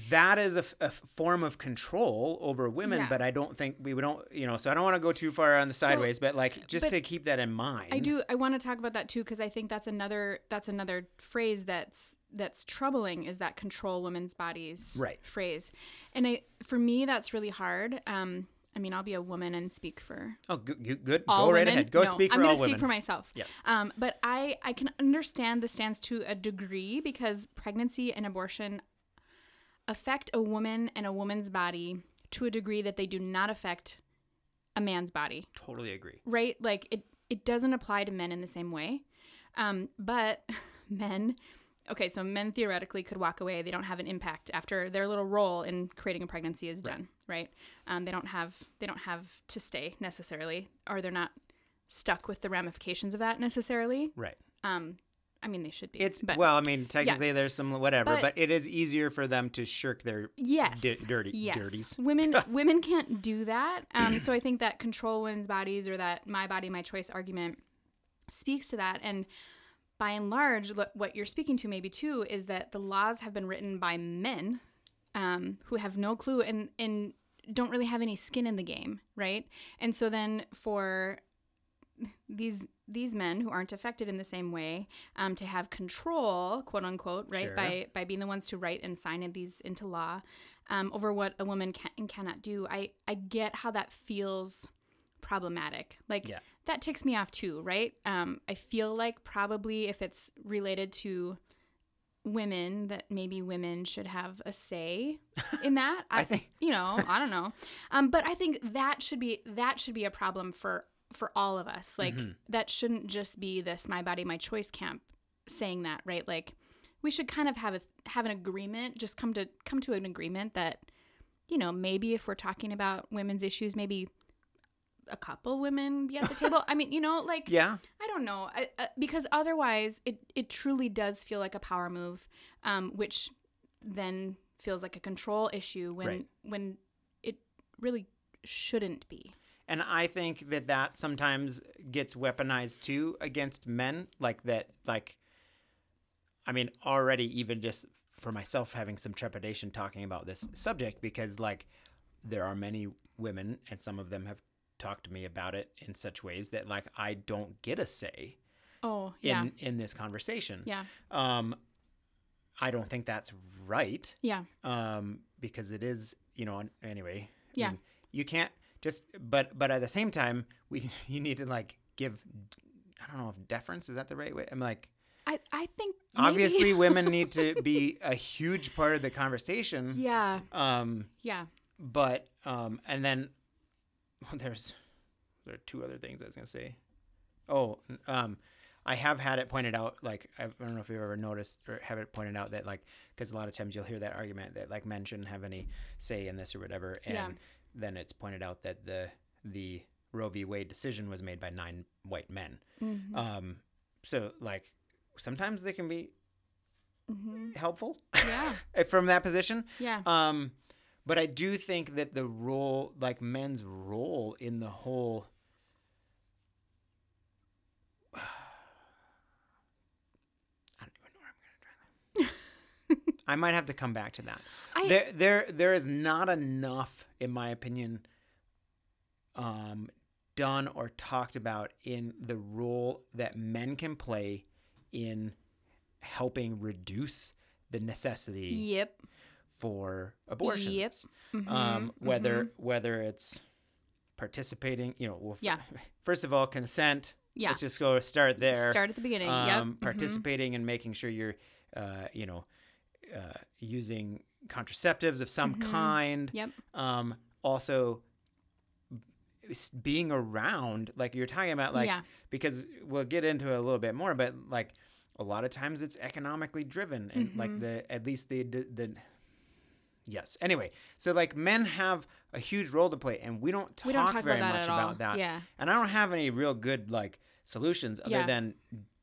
Speaker 4: that is a, f- a f- form of control over women,
Speaker 3: Yeah.
Speaker 4: but I don't think we don't, you know. So I don't want to go too far on the
Speaker 3: So-
Speaker 4: sideways, but like just
Speaker 3: but
Speaker 4: to keep that in mind.
Speaker 3: I do. I want to talk about that too because I think that's another that's another phrase that's that's troubling is that control women's bodies
Speaker 4: Right.
Speaker 3: phrase, and I for me that's really hard. Um, I mean, I'll be a woman and speak for
Speaker 4: Oh, good. good, good.
Speaker 3: all
Speaker 4: Go right
Speaker 3: women.
Speaker 4: ahead. Go
Speaker 3: No,
Speaker 4: speak
Speaker 3: I'm
Speaker 4: for
Speaker 3: gonna
Speaker 4: all
Speaker 3: speak
Speaker 4: women.
Speaker 3: for myself.
Speaker 4: Yes.
Speaker 3: Um, but I I can understand the stance to a degree because pregnancy and abortion affect a woman and a woman's body to a degree that they do not affect a man's body
Speaker 4: totally agree.
Speaker 3: right? Like it it doesn't apply to men in the same way. Um, but <laughs> men, okay, so men theoretically could walk away. They don't have an impact after their little role in creating a pregnancy is done, right? Um, they don't have they don't have to stay necessarily, or they're not stuck with the ramifications of that necessarily.
Speaker 4: Right.
Speaker 3: Um, I mean, they should be.
Speaker 4: It's
Speaker 3: but
Speaker 4: well, I mean, technically there's some whatever, but,
Speaker 3: But-
Speaker 4: it is easier for them to shirk their
Speaker 3: yes,
Speaker 4: di- dirty
Speaker 3: yes.
Speaker 4: dirties. <laughs>
Speaker 3: Women women can't do that. Um, so I think that control women's bodies or that my body my choice argument speaks to that. And by and large, lo- what you're speaking to maybe too is that the laws have been written by men um, who have no clue and and don't really have any skin in the game, right? And so then for these these men who aren't affected in the same way um, to have control, quote unquote, right
Speaker 4: Sure.
Speaker 3: by by being the ones to write and sign these into law um, over what a woman can and cannot do. I I get how that feels problematic. Like
Speaker 4: Yeah.
Speaker 3: that ticks me off too, right? Um, I feel like probably if it's related to women, that maybe women should have a say in that.
Speaker 4: I think-
Speaker 3: you know, I don't know, um, but I think that should be that should be a problem for for all of us. Like that shouldn't just be this "my body, my choice" camp saying that, right? Like we should kind of have a have an agreement, just come to come to an agreement that you know maybe if we're talking about women's issues, maybe a couple women be at the table. I mean, you know, like
Speaker 4: Yeah.
Speaker 3: I don't know, I, uh, because otherwise it it truly does feel like a power move, um, which then feels like a control issue when
Speaker 4: Right.
Speaker 3: when it really shouldn't be.
Speaker 4: And I think that that sometimes gets weaponized too against men, like that, like, I mean, already even just for myself having some trepidation talking about this subject because, like, there are many women, and some of them have talked to me about it in such ways that, like, I don't get a say
Speaker 3: Oh
Speaker 4: in
Speaker 3: yeah,
Speaker 4: in this conversation.
Speaker 3: yeah,
Speaker 4: Um, I don't think that's right
Speaker 3: yeah,
Speaker 4: um, because it is, you know, an- anyway. I
Speaker 3: Yeah.
Speaker 4: mean, you can't just, but but at the same time, we <laughs> you need to like give, I don't know if deference is that the right way. I'm like,
Speaker 3: I I think
Speaker 4: obviously, women need to be a huge part of the conversation.
Speaker 3: <laughs> yeah,
Speaker 4: Um,
Speaker 3: yeah,
Speaker 4: but um, and then <laughs> there's there are two other things I was gonna say. Oh, um, I have had it pointed out. Like I don't know if you've ever noticed or have it pointed out that like because a lot of times you'll hear that argument that like men shouldn't have any say in this or whatever, and
Speaker 3: Yeah.
Speaker 4: then it's pointed out that the the Roe v. Wade decision was made by nine white men. Um, so like sometimes they can be helpful <laughs>
Speaker 3: yeah,
Speaker 4: from that position.
Speaker 3: yeah,
Speaker 4: Um, but I do think that the role, like men's role in the whole, <sighs> I don't even know where I'm going to try that. I might have to come back to that.
Speaker 3: I-
Speaker 4: there, there, there is not enough, in my opinion, um, done or talked about in the role that men can play in helping reduce the necessity
Speaker 3: yep,
Speaker 4: for abortions.
Speaker 3: Yep. Mm-hmm.
Speaker 4: Um, whether whether it's participating, you know, well, f-
Speaker 3: Yeah.
Speaker 4: First of all, consent.
Speaker 3: Yeah.
Speaker 4: Let's just go start there.
Speaker 3: Start at the beginning.
Speaker 4: Um,
Speaker 3: yep, Mm-hmm.
Speaker 4: participating and making sure you're, uh, you know, uh, using contraceptives of some
Speaker 3: Mm-hmm.
Speaker 4: kind.
Speaker 3: yep,
Speaker 4: Um, also s- being around like you're talking about like
Speaker 3: Yeah.
Speaker 4: because we'll get into it a little bit more but like
Speaker 3: Mm-hmm.
Speaker 4: a lot of times it's economically driven and like the at least the the Yes. Anyway, so like men have a huge role to play, and we don't talk,
Speaker 3: We don't talk about
Speaker 4: very
Speaker 3: that
Speaker 4: much
Speaker 3: at all.
Speaker 4: about that.
Speaker 3: Yeah.
Speaker 4: And I don't have any real good like solutions other
Speaker 3: Yeah.
Speaker 4: than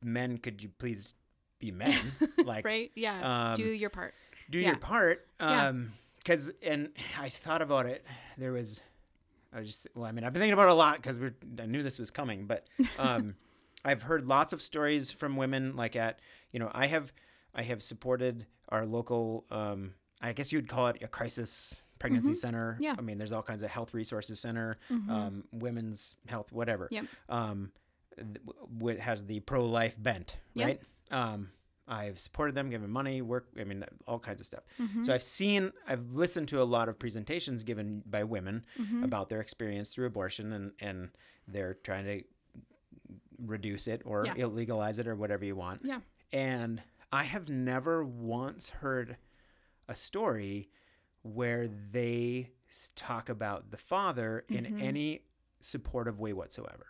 Speaker 4: men. Could you please be men?
Speaker 3: <laughs>
Speaker 4: Like,
Speaker 3: right? Yeah.
Speaker 4: um,
Speaker 3: Do your part.
Speaker 4: do
Speaker 3: Yeah.
Speaker 4: your part.
Speaker 3: Yeah.
Speaker 4: Um 'cause Because and I thought about it. There was, I was just well. I mean, I've been thinking about it a lot because we I knew this was coming,
Speaker 3: <laughs>
Speaker 4: but um, I've heard lots of stories from women. Like at you know, I have I have supported our local. Um, I guess you'd call it a crisis pregnancy center.
Speaker 3: Mm-hmm. Yeah. Mm-hmm.
Speaker 4: I mean, there's all kinds of health resources center, um, women's health, whatever.
Speaker 3: Yep.
Speaker 4: Um, what has the pro life bent,
Speaker 3: Yep.
Speaker 4: right? Um, I've supported them, given money, work, I mean, all kinds of stuff.
Speaker 3: Mm-hmm.
Speaker 4: So I've seen, I've listened to a lot of presentations given by women
Speaker 3: Mm-hmm.
Speaker 4: about their experience through abortion and, and they're trying to reduce it or
Speaker 3: Yeah.
Speaker 4: illegalize it or whatever you want.
Speaker 3: Yeah.
Speaker 4: And I have never once heard a story where they s- talk about the father in
Speaker 3: Mm-hmm.
Speaker 4: any supportive way whatsoever.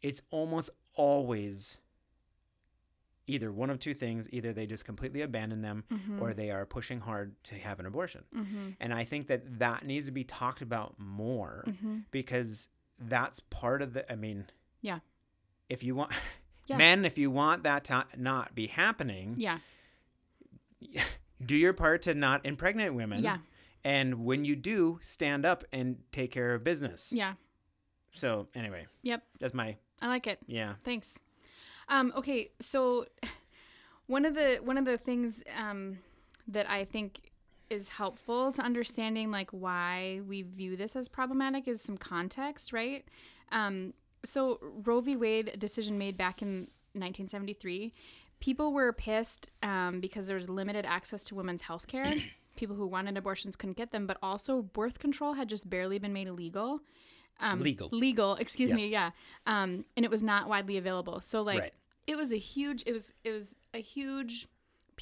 Speaker 4: It's almost always either one of two things either they just completely abandon them
Speaker 3: Mm-hmm.
Speaker 4: or they are pushing hard to have an abortion. And I think that that needs to be talked about more
Speaker 3: Mm. Mm-hmm.
Speaker 4: because that's part of the, I mean,
Speaker 3: Yeah.
Speaker 4: if you want, <laughs>
Speaker 3: Yeah.
Speaker 4: men, if you want that to not be happening,
Speaker 3: Yeah.
Speaker 4: do your part to not impregnate women.
Speaker 3: Yeah.
Speaker 4: And when you do, stand up and take care of business.
Speaker 3: Yeah.
Speaker 4: So anyway,
Speaker 3: Yep.
Speaker 4: that's my
Speaker 3: I like it.
Speaker 4: yeah.
Speaker 3: Thanks. Um, okay, so <laughs> one of the one of the things um, that I think is helpful to understanding like why we view this as problematic is some context, right? Um, so Roe v. Wade a decision made back in 1973, people were pissed um, because there was limited access to women's health care. people who wanted abortions couldn't get them, but also birth control had just barely been made illegal Um,
Speaker 4: Legal.
Speaker 3: legal excuse me
Speaker 4: Yes.
Speaker 3: yeah um and it was not widely available so like
Speaker 4: Right.
Speaker 3: it was a huge it was it was a huge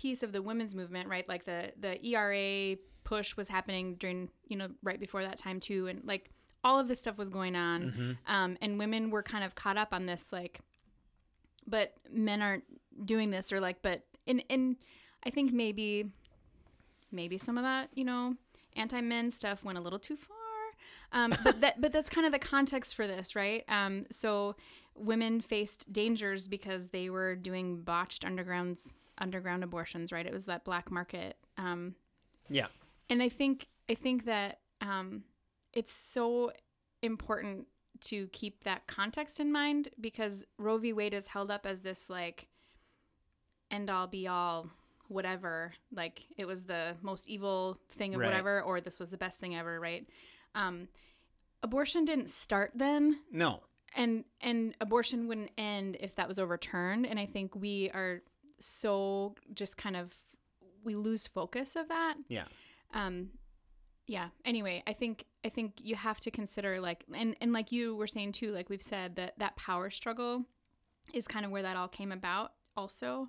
Speaker 3: piece of the women's movement right like the the era push was happening during you know right before that time too and like all of this stuff was going on
Speaker 4: Mm-hmm.
Speaker 3: um and women were kind of caught up on this like but men aren't doing this or like but and and i think maybe maybe some of that you know anti-men stuff went a little too far um, but that but that's kind of the context for this right um, so women faced dangers because they were doing botched undergrounds underground abortions right it was that black market um,
Speaker 4: Yeah.
Speaker 3: and i think i think that um, it's so important to keep that context in mind because roe v wade is held up as this like end all be all whatever like it was the most evil thing of
Speaker 4: Right.
Speaker 3: whatever or this was the best thing ever right um, abortion didn't start then
Speaker 4: No.
Speaker 3: and and abortion wouldn't end if that was overturned and i think we are so just kind of we lose focus of that
Speaker 4: Yeah.
Speaker 3: um yeah anyway i think i think you have to consider like and and like you were saying too like we've said that that power struggle is kind of where that all came about also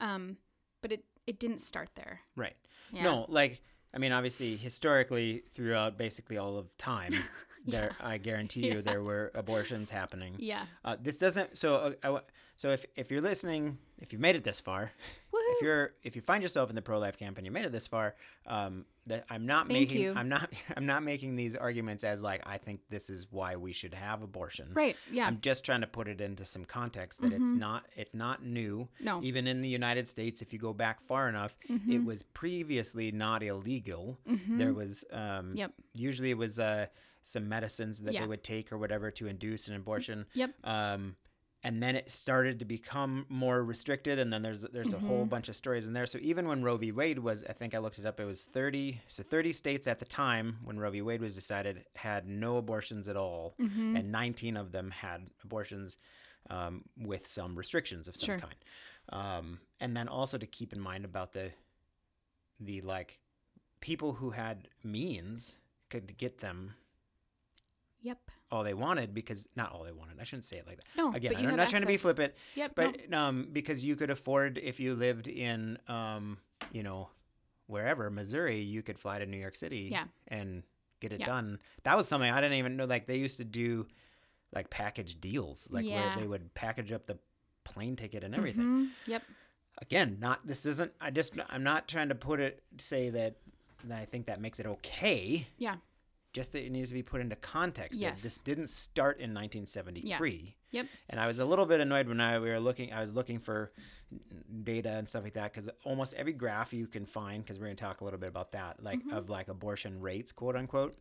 Speaker 3: um but it it didn't start there
Speaker 4: Right.
Speaker 3: Yeah.
Speaker 4: No, like I mean, obviously, historically, throughout basically all of
Speaker 3: <laughs>
Speaker 4: time, there I guarantee you there were abortions happening.
Speaker 3: yeah
Speaker 4: Uh, this doesn't. So, uh, I wa- so if if you're listening, if you've made it this far, if you're if you find yourself in the pro life camp and you made it this far, um, that I'm not
Speaker 3: Thank
Speaker 4: making
Speaker 3: you.
Speaker 4: I'm not <laughs> I'm not making these arguments as like I think this is why we should have abortion.
Speaker 3: right yeah Mm-hmm.
Speaker 4: I'm just trying to put it into some context that it's not it's not new.
Speaker 3: No. Mm-hmm.
Speaker 4: Even in the United States, if you go back far enough, it was previously not illegal. There was um,
Speaker 3: Yep.
Speaker 4: usually it was uh, some medicines that
Speaker 3: Yeah. Mm-hmm.
Speaker 4: they would take or whatever to induce an abortion.
Speaker 3: Yep.
Speaker 4: Um, and then it started to become more restricted, and then there's there's a
Speaker 3: Mm-hmm.
Speaker 4: whole bunch of stories in there. So even when Roe v. Wade was, I think I looked it up, it was 30. So 30 states at the time when Roe v. Wade was decided had no abortions at all,
Speaker 3: Mm-hmm.
Speaker 4: and 19 of them had abortions um, with some restrictions of
Speaker 3: Sure.
Speaker 4: some kind. Um, and then also to keep in mind about the the like people who had means could get them
Speaker 3: yep
Speaker 4: all they wanted because not all they wanted. I shouldn't say it like that.
Speaker 3: No,
Speaker 4: Again,
Speaker 3: Oh, but you
Speaker 4: I'm
Speaker 3: had
Speaker 4: not trying to be
Speaker 3: access.
Speaker 4: flippant,
Speaker 3: yep no.
Speaker 4: but um, because you could afford if you lived in um, you know, wherever Missouri, you could fly to New York City
Speaker 3: Yeah.
Speaker 4: and get it
Speaker 3: Yeah.
Speaker 4: done. That was something I didn't even know. Like they used to do like package deals, like
Speaker 3: Yeah.
Speaker 4: where they would package up the plane ticket and everything
Speaker 3: Mhm. yep
Speaker 4: again not this isn't i just i'm not trying to put it say that And I think that makes it okay.
Speaker 3: Yeah.
Speaker 4: Just that it needs to be put into context.
Speaker 3: Yes.
Speaker 4: That this didn't start in 1973.
Speaker 3: Yep.
Speaker 4: And I was a little bit annoyed when I we were looking. I was looking for data and stuff like that because almost every graph you can find, because we're going to talk a little bit about that, like
Speaker 3: Mm-hmm.
Speaker 4: of like abortion rates, quote unquote.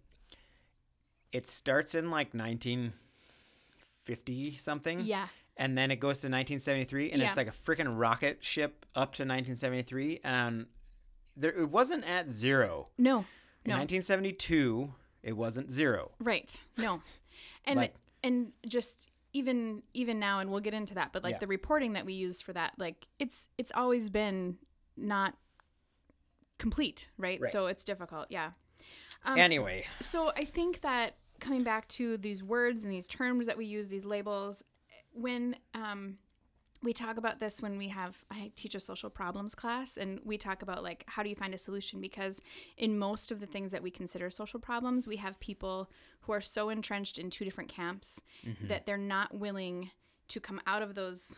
Speaker 4: It starts in like 1950 something.
Speaker 3: Yeah.
Speaker 4: And then it goes to 1973, and
Speaker 3: Yeah.
Speaker 4: it's like a freaking rocket ship up to 1973, and there it wasn't at zero.
Speaker 3: No.
Speaker 4: In
Speaker 3: No.
Speaker 4: 1972, it wasn't zero.
Speaker 3: Right. No. And
Speaker 4: Like-
Speaker 3: and just even even now and we'll get into that, but like the
Speaker 4: Yeah.
Speaker 3: reporting that we use for that, like it's it's always been not complete, right?
Speaker 4: Right.
Speaker 3: So it's difficult. Yeah. Um.
Speaker 4: anyway,
Speaker 3: So I think that coming back to these words and these terms that we use, these labels, when um, we talk about this, when we have, I teach a social problems class, and we talk about like how do you find a solution? Because in most of the things that we consider social problems, we have people who are so entrenched in two different camps that they're not willing to come out of those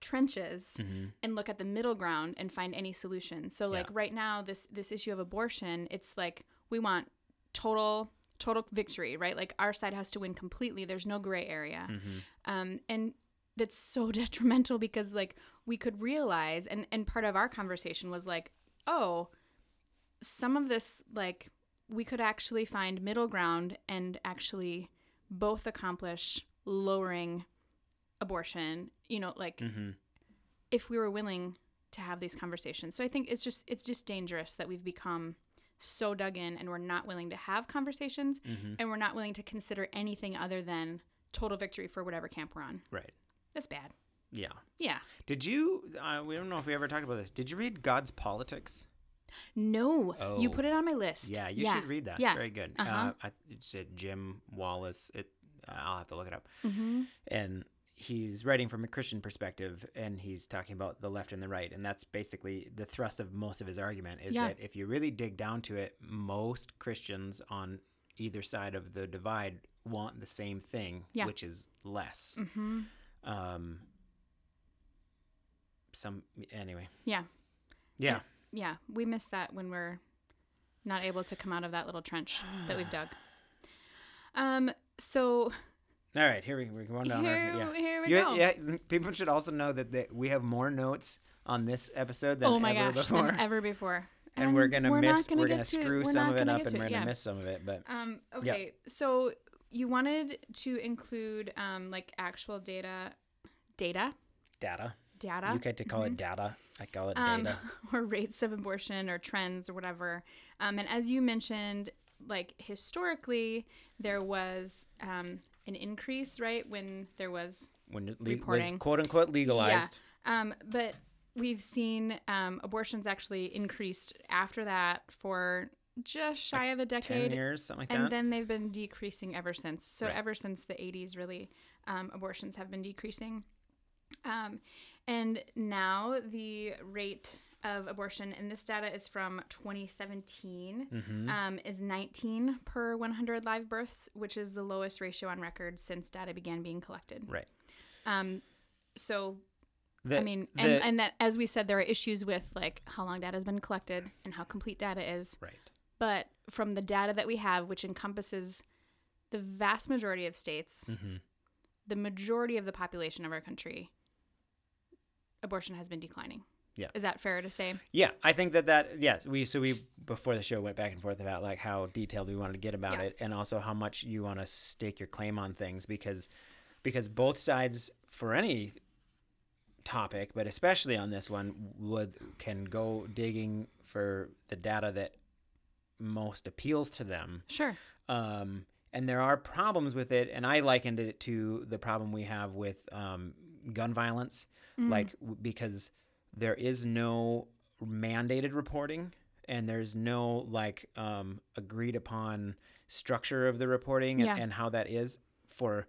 Speaker 3: trenches and look at the middle ground and find any solution. So like right now this this issue of abortion, it's like we want total total victory, right? Like our side has to win completely. There's no gray area. Um and that's so <laughs> detrimental because like we could realize and and part of our conversation was like, "Oh, some of this like we could actually find middle ground and actually both accomplish lowering abortion, you know, like if we were willing to have these conversations. So I think it's just it's just dangerous that we've become so dug in and we're not willing to have conversations
Speaker 4: Mm-hmm.
Speaker 3: and we're not willing to consider anything other than total victory for whatever camp we're on.
Speaker 4: right.
Speaker 3: That's bad.
Speaker 4: Yeah.
Speaker 3: Yeah.
Speaker 4: Did you? Uh, we don't know if we ever talked about this. Did you read God's Politics?
Speaker 3: No. You
Speaker 4: Oh.
Speaker 3: put it on my list.
Speaker 4: Yeah, you should read that. It's
Speaker 3: Yeah. Uh-huh.
Speaker 4: very good. uh I, it's a Jim Wallace. It. I'll have to look it up.
Speaker 3: Mm-hmm.
Speaker 4: And he's writing from a Christian perspective, and he's talking about the left and the right, and that's basically the thrust of most of his argument. Is
Speaker 3: Yeah.
Speaker 4: that if you really dig down to it, most Christians on either side of the divide want the same thing,
Speaker 3: Yeah.
Speaker 4: which is less.
Speaker 3: Mm-hmm.
Speaker 4: Um. Some anyway.
Speaker 3: Yeah.
Speaker 4: Yeah.
Speaker 3: Yeah. We miss that when we're not able to come out of that little trench that we've
Speaker 4: <sighs>
Speaker 3: dug. Um so
Speaker 4: All right, here we we're going down. our-
Speaker 3: Here-
Speaker 4: yeah.
Speaker 3: here we
Speaker 4: You-
Speaker 3: go.
Speaker 4: Yeah, people should also know that, that we have more notes on this episode than
Speaker 3: oh my
Speaker 4: ever
Speaker 3: gosh, <laughs>
Speaker 4: before,
Speaker 3: than ever before.
Speaker 4: <laughs>
Speaker 3: Um,
Speaker 4: and, we're gonna
Speaker 3: not
Speaker 4: miss. we're
Speaker 3: get
Speaker 4: gonna
Speaker 3: to-
Speaker 4: screw
Speaker 3: we're
Speaker 4: some
Speaker 3: not
Speaker 4: of it
Speaker 3: gonna
Speaker 4: up,
Speaker 3: get
Speaker 4: and
Speaker 3: to
Speaker 4: we're
Speaker 3: it,
Speaker 4: gonna
Speaker 3: yeah.
Speaker 4: miss some of it. But
Speaker 3: Um, okay, so you wanted to include um, like actual data, data,
Speaker 4: data,
Speaker 3: data,
Speaker 4: you get to call it data. I call
Speaker 3: <laughs>
Speaker 4: it
Speaker 3: Mm-hmm. um,
Speaker 4: data.
Speaker 3: <laughs> or rates of abortion or trends or whatever. Um, and as you mentioned, like historically, there was um, an increase, right, when there was
Speaker 4: When it le- was
Speaker 3: reporting.
Speaker 4: quote unquote legalized,
Speaker 3: Yeah. Um, but we've seen um, abortions actually increased after that for just shy of a
Speaker 4: ten
Speaker 3: decade.
Speaker 4: years, something like
Speaker 3: and
Speaker 4: that.
Speaker 3: then they've been decreasing ever since. So
Speaker 4: Right.
Speaker 3: ever since the 80s, really, um, abortions have been decreasing. Um, and now the rate of abortion, and this data is from 2017,
Speaker 4: Mm-hmm.
Speaker 3: um, is 19 per 100 live births, which is the lowest ratio on record since data began being collected.
Speaker 4: right.
Speaker 3: Um, so
Speaker 4: The-
Speaker 3: I mean,
Speaker 4: the-
Speaker 3: and, and that as we said, there are issues with like how long data has been collected and how complete data is.
Speaker 4: right.
Speaker 3: But from the data that we have, which encompasses the vast majority of states,
Speaker 4: Mm-hmm.
Speaker 3: the majority of the population of our country, abortion has been declining.
Speaker 4: Yeah.
Speaker 3: Is that fair to say?
Speaker 4: Yeah, I think that that yes, we so we before the show went back and forth about like how detailed we wanted to get about
Speaker 3: Yeah.
Speaker 4: it, and also how much you want to stake your claim on things because because both sides for any topic, but especially on this one, would can go digging for the data that most appeals to them
Speaker 3: Sure.
Speaker 4: um, and there are problems with it. And I likened it to the problem we have with um, gun violence, like w- because there is no mandated reporting, and there's no like um, agreed upon structure of the reporting and,
Speaker 3: Yeah.
Speaker 4: and how that is for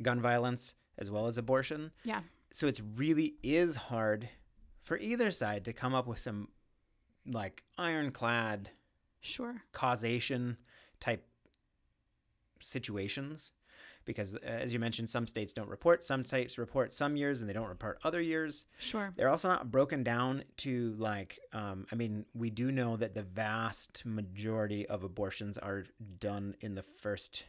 Speaker 4: gun violence as well as abortion
Speaker 3: Yeah.
Speaker 4: so it's really is hard for either side to come up with some like ironclad
Speaker 3: Sure.
Speaker 4: causation type situations because, uh, as you mentioned, some states don't report, some states report some years and they don't report other years.
Speaker 3: Sure.
Speaker 4: They're also not broken down to like, um, I mean, we do know that the vast majority of abortions are done in the first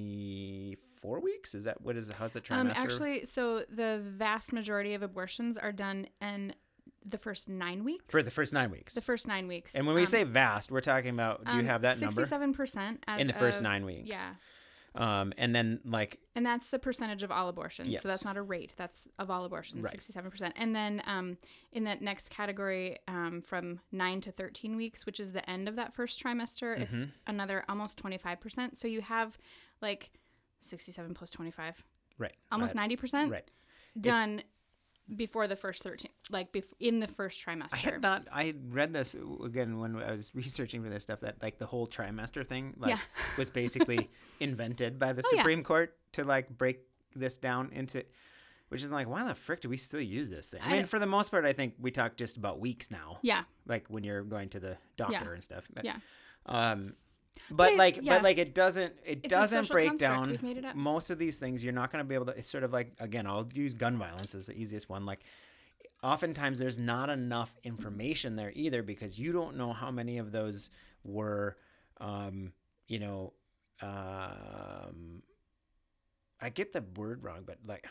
Speaker 4: 24 weeks. Is that what is how's the trimester?
Speaker 3: Um, actually, so the vast majority of abortions are done in the first nine weeks.
Speaker 4: for the first nine weeks.
Speaker 3: the first nine weeks.
Speaker 4: and when we
Speaker 3: Um,
Speaker 4: say vast, we're talking about do you
Speaker 3: um,
Speaker 4: have that number?
Speaker 3: 67% as
Speaker 4: In the first
Speaker 3: of-
Speaker 4: nine weeks.
Speaker 3: Yeah.
Speaker 4: Um, and then like
Speaker 3: And that's the percentage of all abortions.
Speaker 4: Yes.
Speaker 3: So that's not a rate. That's of all abortions,
Speaker 4: Right.
Speaker 3: sixty-seven percent. And then um, in that next category, um, from nine to thirteen weeks, which is the end of that first trimester, it's
Speaker 4: Mm-hmm.
Speaker 3: another almost twenty-five percent. So you have like sixty-seven plus twenty-five,
Speaker 4: right,
Speaker 3: almost
Speaker 4: right,
Speaker 3: ninety percent
Speaker 4: Right.
Speaker 3: done before the first thirteen, like bef- in the first trimester.
Speaker 4: I had not. I had read this uh, again when I was researching for this stuff. That like the whole trimester thing, like,
Speaker 3: Yeah.
Speaker 4: was basically
Speaker 3: <laughs>
Speaker 4: invented by the
Speaker 3: Oh, yeah.
Speaker 4: Supreme Court to like break this down into, which is like, why the frick do we still use this thing? I,
Speaker 3: I-
Speaker 4: mean, for the most part, I think we talk just about weeks now.
Speaker 3: yeah,
Speaker 4: Like when you're going to the doctor and stuff. But,
Speaker 3: yeah.
Speaker 4: Um, but,
Speaker 3: it-
Speaker 4: like,
Speaker 3: yeah.
Speaker 4: but like, it doesn't. It
Speaker 3: a
Speaker 4: doesn't
Speaker 3: social
Speaker 4: break
Speaker 3: construct.
Speaker 4: down
Speaker 3: We've made it up.
Speaker 4: most of these things. You're not going to be able to. It's sort of like again. I'll use gun violence as the easiest one. Like, oftentimes there's not enough information there either because you don't know how many of those were, um, you know, um, I get the word wrong, but like,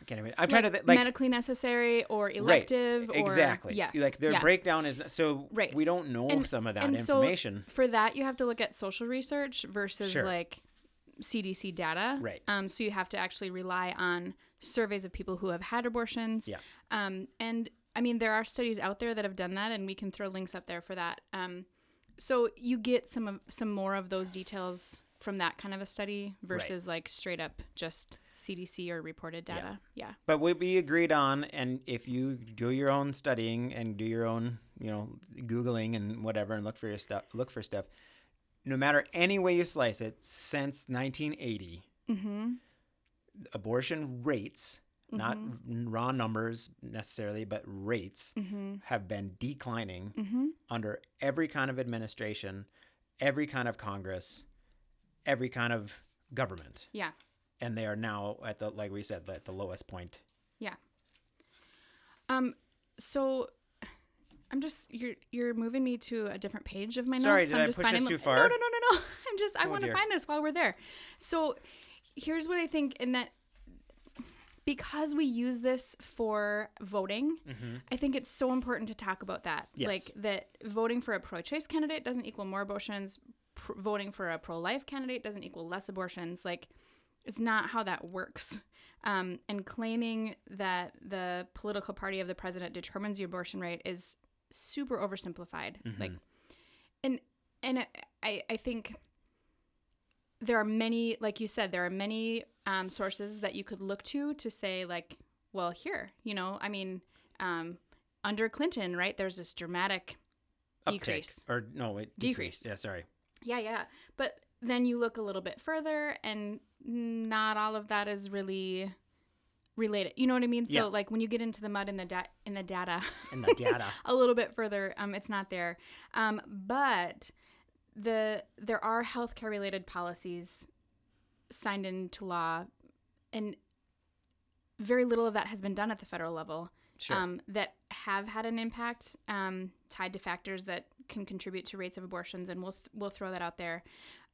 Speaker 4: I can't even. I'm trying to
Speaker 3: Like
Speaker 4: th- like
Speaker 3: medically necessary or
Speaker 4: right,
Speaker 3: elective. or-
Speaker 4: exactly.
Speaker 3: Yes.
Speaker 4: Like their
Speaker 3: yeah.
Speaker 4: breakdown is so
Speaker 3: Right.
Speaker 4: We don't know
Speaker 3: And-
Speaker 4: some of that
Speaker 3: and so
Speaker 4: information.
Speaker 3: for that you have to look at social research versus
Speaker 4: Sure.
Speaker 3: like CDC data.
Speaker 4: Right.
Speaker 3: Um, so you have to actually rely on surveys of people who have had abortions.
Speaker 4: Yeah.
Speaker 3: Um, and I mean, there are studies out there that have done that, and we can throw links up there for that. Um, so you get some of some more of those details from that kind of a study versus like straight up just CDC or reported data. Yeah.
Speaker 4: But what we agreed on, and if you do your own studying and do your own, you know, googling and whatever, and look for your stuff, look for stuff. No matter any way you slice it, since 1980,
Speaker 3: Mm-hmm.
Speaker 4: abortion rates, not n- raw numbers necessarily, but rates,
Speaker 3: Mm-hmm.
Speaker 4: have been declining
Speaker 3: Mm-hmm.
Speaker 4: under every kind of administration, every kind of Congress, every kind of government,
Speaker 3: Yeah.
Speaker 4: and they are now at the like we said at the lowest point.
Speaker 3: Yeah. Um. So, I'm just you're you're moving me to a different page of my
Speaker 4: Sorry,
Speaker 3: notes.
Speaker 4: did
Speaker 3: I'm
Speaker 4: I
Speaker 3: just
Speaker 4: push us
Speaker 3: finding-
Speaker 4: too
Speaker 3: No,
Speaker 4: far?
Speaker 3: no, no, no, <laughs> no. I'm just I
Speaker 4: Oh,
Speaker 3: want to
Speaker 4: dear.
Speaker 3: find this while we're there. So, here's what I think, and that because we use this for voting, I think it's so important to talk about that.
Speaker 4: Mm-hmm. Yes.
Speaker 3: Like that voting for a pro-choice candidate doesn't equal more abortions. Pr- voting for a pro-life candidate doesn't equal less abortions. Like it's not how that works. Um, and claiming that the political party of the president determines the abortion rate is super oversimplified. Like, and and I I think there are many, like you said, there are many um, sources that you could look to to say, like, well, here, you know, I mean, um, under Clinton, right? There's this dramatic
Speaker 4: uptick.
Speaker 3: decrease.
Speaker 4: or no wait
Speaker 3: Decrease.
Speaker 4: decreased. yeah sorry
Speaker 3: Yeah, yeah. But then you look a little bit further, and not all of that is really related. You know what I mean? So,
Speaker 4: Yeah.
Speaker 3: like, when you get into the mud in the da- in the data, <laughs>
Speaker 4: and the data <laughs>
Speaker 3: a little bit further. Um, it's not there. Um, but the there are healthcare related policies signed into law, and very little of that has been done at the federal level.
Speaker 4: Sure.
Speaker 3: Um, that have had an impact um, tied to factors that can contribute to rates of abortions, and we'll th- we'll throw that out there.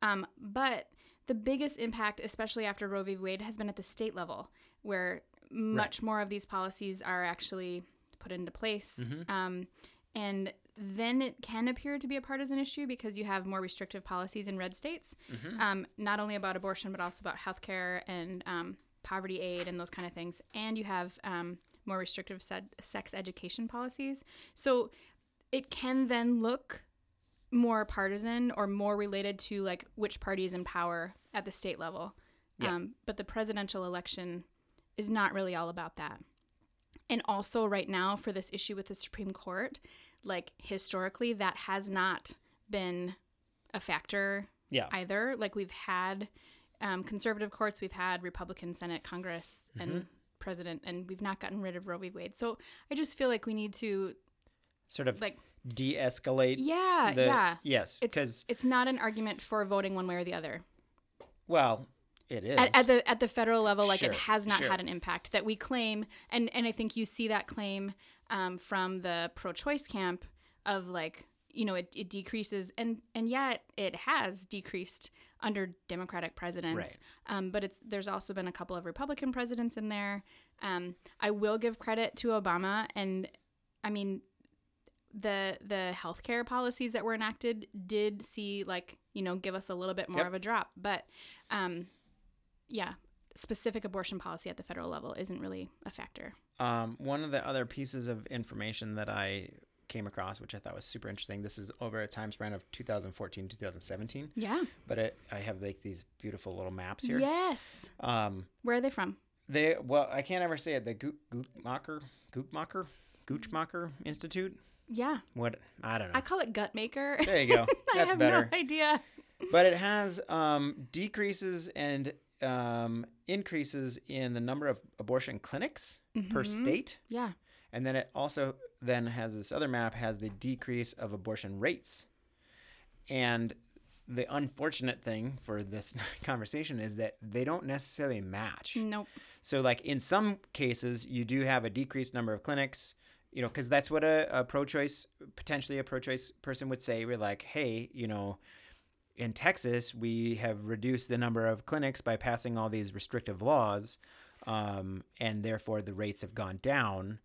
Speaker 3: Um, but the biggest impact, especially after Roe v. Wade, has been at the state level, where much more of these policies are actually put into place. Um, and then it can appear to be a partisan issue because you have more restrictive policies in red states, um, not only about abortion, but also about healthcare and um, poverty aid and those kind of things. And you have um, more restrictive sed- sex education policies. So it can then look more partisan or more related to like which party is in power at the state level.
Speaker 4: Yeah.
Speaker 3: Um, but the presidential election is not really all about that. And also, right now, for this issue with the Supreme Court, like historically, that has not been a factor
Speaker 4: yeah
Speaker 3: either. Like, we've had um, conservative courts, we've had Republican Senate, Congress,
Speaker 4: Mm-hmm.
Speaker 3: and president, and we've not gotten rid of Roe v. Wade. So I just feel like we need to,
Speaker 4: sort of
Speaker 3: like,
Speaker 4: de-escalate
Speaker 3: yeah,
Speaker 4: the
Speaker 3: yeah.
Speaker 4: yes
Speaker 3: It's,
Speaker 4: because
Speaker 3: it's not an argument for voting one way or the other.
Speaker 4: well It is.
Speaker 3: at, at the at the federal level, like
Speaker 4: Sure,
Speaker 3: it has not
Speaker 4: sure.
Speaker 3: had an impact that we claim, and and I think you see that claim um, from the pro-choice camp of like you know it, it decreases, and and yet it has decreased under Democratic presidents,
Speaker 4: Right.
Speaker 3: um, but it's there's also been a couple of Republican presidents in there. Um, I will give credit to Obama, and I mean the the healthcare policies that were enacted did see like you know give us a little bit more
Speaker 4: Yep.
Speaker 3: of a drop, but um, yeah, specific abortion policy at the federal level isn't really a factor.
Speaker 4: Um, one of the other pieces of information that I came across, which I thought was super interesting, this is over a time span of 2014, 2017.
Speaker 3: Yeah.
Speaker 4: But it, I have like these beautiful little maps here.
Speaker 3: Yes.
Speaker 4: Um,
Speaker 3: Where are they from?
Speaker 4: they well, I can't ever say it. The Gu- Guttmacher, Guttmacher, Guttmacher Institute.
Speaker 3: Yeah.
Speaker 4: What I don't know.
Speaker 3: I call it gut maker.
Speaker 4: there you go.
Speaker 3: <laughs> I
Speaker 4: That's
Speaker 3: have
Speaker 4: better.
Speaker 3: no idea.
Speaker 4: but it has um, decreases and um, increases in the number of abortion clinics per state.
Speaker 3: Yeah.
Speaker 4: And then it also then has this other map has the decrease of abortion rates. And the unfortunate thing for this <laughs> conversation is that they don't necessarily match.
Speaker 3: Nope.
Speaker 4: So like in some cases you do have a decreased number of clinics, you know, cuz that's what a, a pro-choice potentially a pro-choice person would say we're like, "Hey, you know, in Texas, we have reduced the number of clinics by passing all these restrictive laws, um, and therefore the rates have gone down.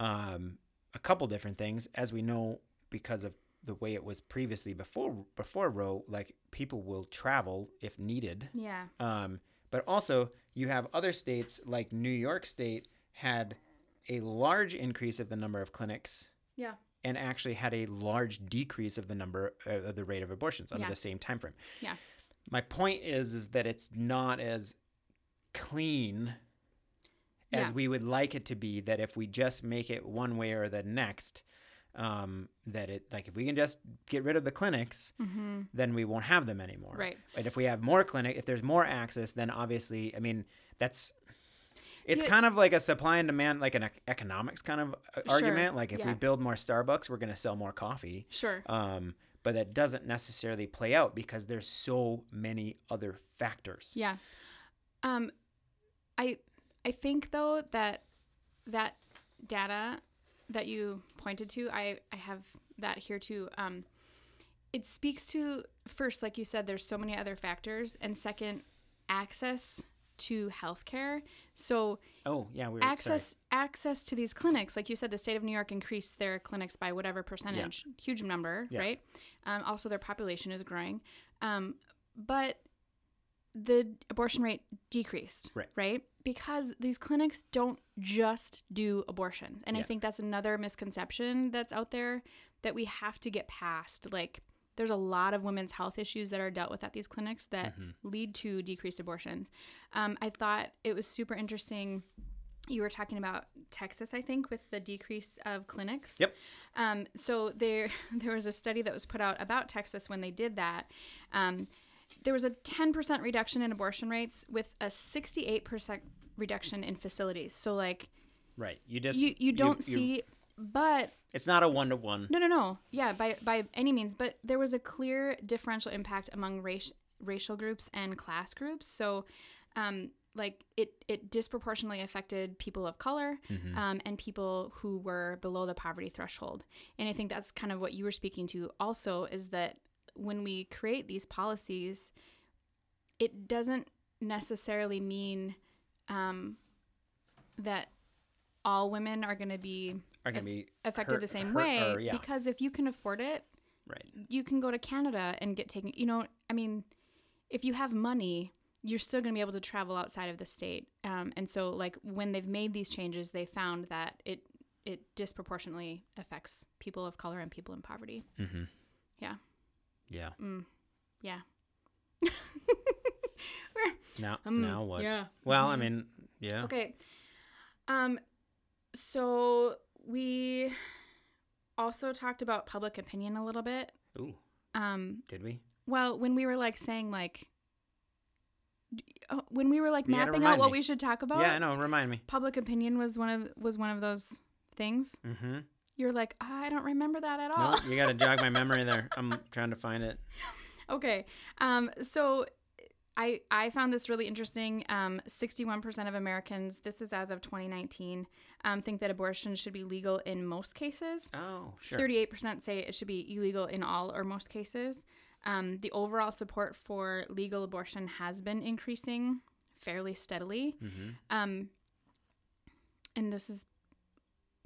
Speaker 4: Um, a couple different things, as we know, because of the way it was previously before before Roe, like people will travel if needed.
Speaker 3: Yeah.
Speaker 4: Um, but also, you have other states like New York State had a large increase of the number of clinics
Speaker 3: Yeah.
Speaker 4: and actually had a large decrease of the number uh, of the rate of abortions under
Speaker 3: Yeah.
Speaker 4: the same time frame.
Speaker 3: Yeah.
Speaker 4: My point is is that it's not as clean as
Speaker 3: Yeah.
Speaker 4: we would like it to be that if we just make it one way or the next um that it like if we can just get rid of the clinics then we won't have them anymore.
Speaker 3: Mm-hmm. Right.
Speaker 4: But if we have more clinic if there's more access then obviously I mean that's it's
Speaker 3: Yeah.
Speaker 4: kind of like a supply and demand like an ec- economics kind of uh, argument like if we
Speaker 3: yeah.
Speaker 4: build more Starbucks we're going to sell more coffee.
Speaker 3: Sure.
Speaker 4: Um, but that doesn't necessarily play out because there's so many other factors.
Speaker 3: Yeah. Um I I think though that that data that you pointed to, I I have that here too. Um it speaks to first like you said there's so many other factors and second access to healthcare. So
Speaker 4: Oh, yeah, we were
Speaker 3: access
Speaker 4: Sorry.
Speaker 3: access to these clinics like you said the state of new york increased their clinics by whatever percentage huge number
Speaker 4: Yeah.
Speaker 3: right um, also their population is growing um, but the abortion rate decreased
Speaker 4: Right.
Speaker 3: right because these clinics don't just do abortions and i
Speaker 4: Yeah.
Speaker 3: think that's another misconception that's out there that we have to get past like there's a lot of women's health issues that are dealt with at these clinics that
Speaker 4: Mm-hmm.
Speaker 3: lead to decreased abortions um, i thought it was super interesting you were talking about Texas, I think, with the decrease of clinics.
Speaker 4: Yep.
Speaker 3: Um, so there, <laughs> there was a study that was put out about Texas when they did that. Um, there was a 10% reduction in abortion rates with a 68% reduction in facilities. So like
Speaker 4: Right. You just
Speaker 3: you, you don't
Speaker 4: you-
Speaker 3: see, but
Speaker 4: It's not a one to one.
Speaker 3: no, no, no. Yeah, by by any means, but there was a clear differential impact among race racial groups and class groups. So, um, like it it disproportionately affected people of color um, and people who were below the poverty threshold. And I think that's kind of what you were speaking to. Also, is that when we create these policies, it doesn't necessarily mean um, that all women are going to be
Speaker 4: Are going to be
Speaker 3: affected
Speaker 4: hurt-
Speaker 3: the same
Speaker 4: hurt-
Speaker 3: way
Speaker 4: or- yeah.
Speaker 3: because if you can afford it,
Speaker 4: right.
Speaker 3: you can go to Canada and get taken. You know, I mean, if you have money, you're still going to be able to travel outside of the state. Um, and so, like when they've made these changes, they found that it it disproportionately affects people of color and people in poverty. Mm.
Speaker 4: Mm-hmm.
Speaker 3: Yeah.
Speaker 4: Yeah.
Speaker 3: Yeah.
Speaker 4: Now,
Speaker 3: Um,
Speaker 4: now what?
Speaker 3: Yeah. Mm-hmm.
Speaker 4: Well, I mean, yeah.
Speaker 3: Okay. Um so we also talked about public opinion a little bit.
Speaker 4: Ooh,
Speaker 3: Um
Speaker 4: did we?
Speaker 3: Well, when we were like saying like, d- oh, when we were like
Speaker 4: You gotta
Speaker 3: mapping out
Speaker 4: remind
Speaker 3: what
Speaker 4: me.
Speaker 3: we should talk about,
Speaker 4: yeah, I know. Remind me.
Speaker 3: public opinion was one of was one of those things.
Speaker 4: Mm-hmm.
Speaker 3: You're like, I don't remember that at all. <laughs>
Speaker 4: No, you got to jog my memory there. I'm trying to find it.
Speaker 3: okay, um, so I, I found this really interesting. Um, 61% of Americans, this is as of 2019, um, think that abortion should be legal in most cases.
Speaker 4: Oh, sure.
Speaker 3: 38% say it should be illegal in all or most cases. Um, the overall support for legal abortion has been increasing fairly steadily.
Speaker 4: Mm-hmm.
Speaker 3: Um, and this is,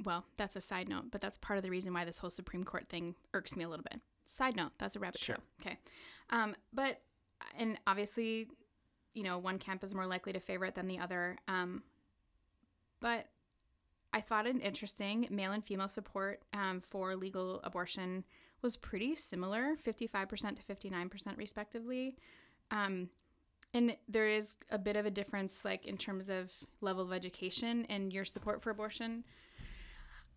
Speaker 3: well, that's a side note, but that's part of the reason why this whole Supreme Court thing irks me a little bit. Side note, that's a rabbit
Speaker 4: Sure.
Speaker 3: trail. Okay. Um, but, and obviously, you know, one camp is more likely to favor it than the other. Um, but I thought it interesting male and female support um, for legal abortion was pretty similar 55% to 59% respectively. Um, and there is a bit of a difference, like in terms of level of education and your support for abortion.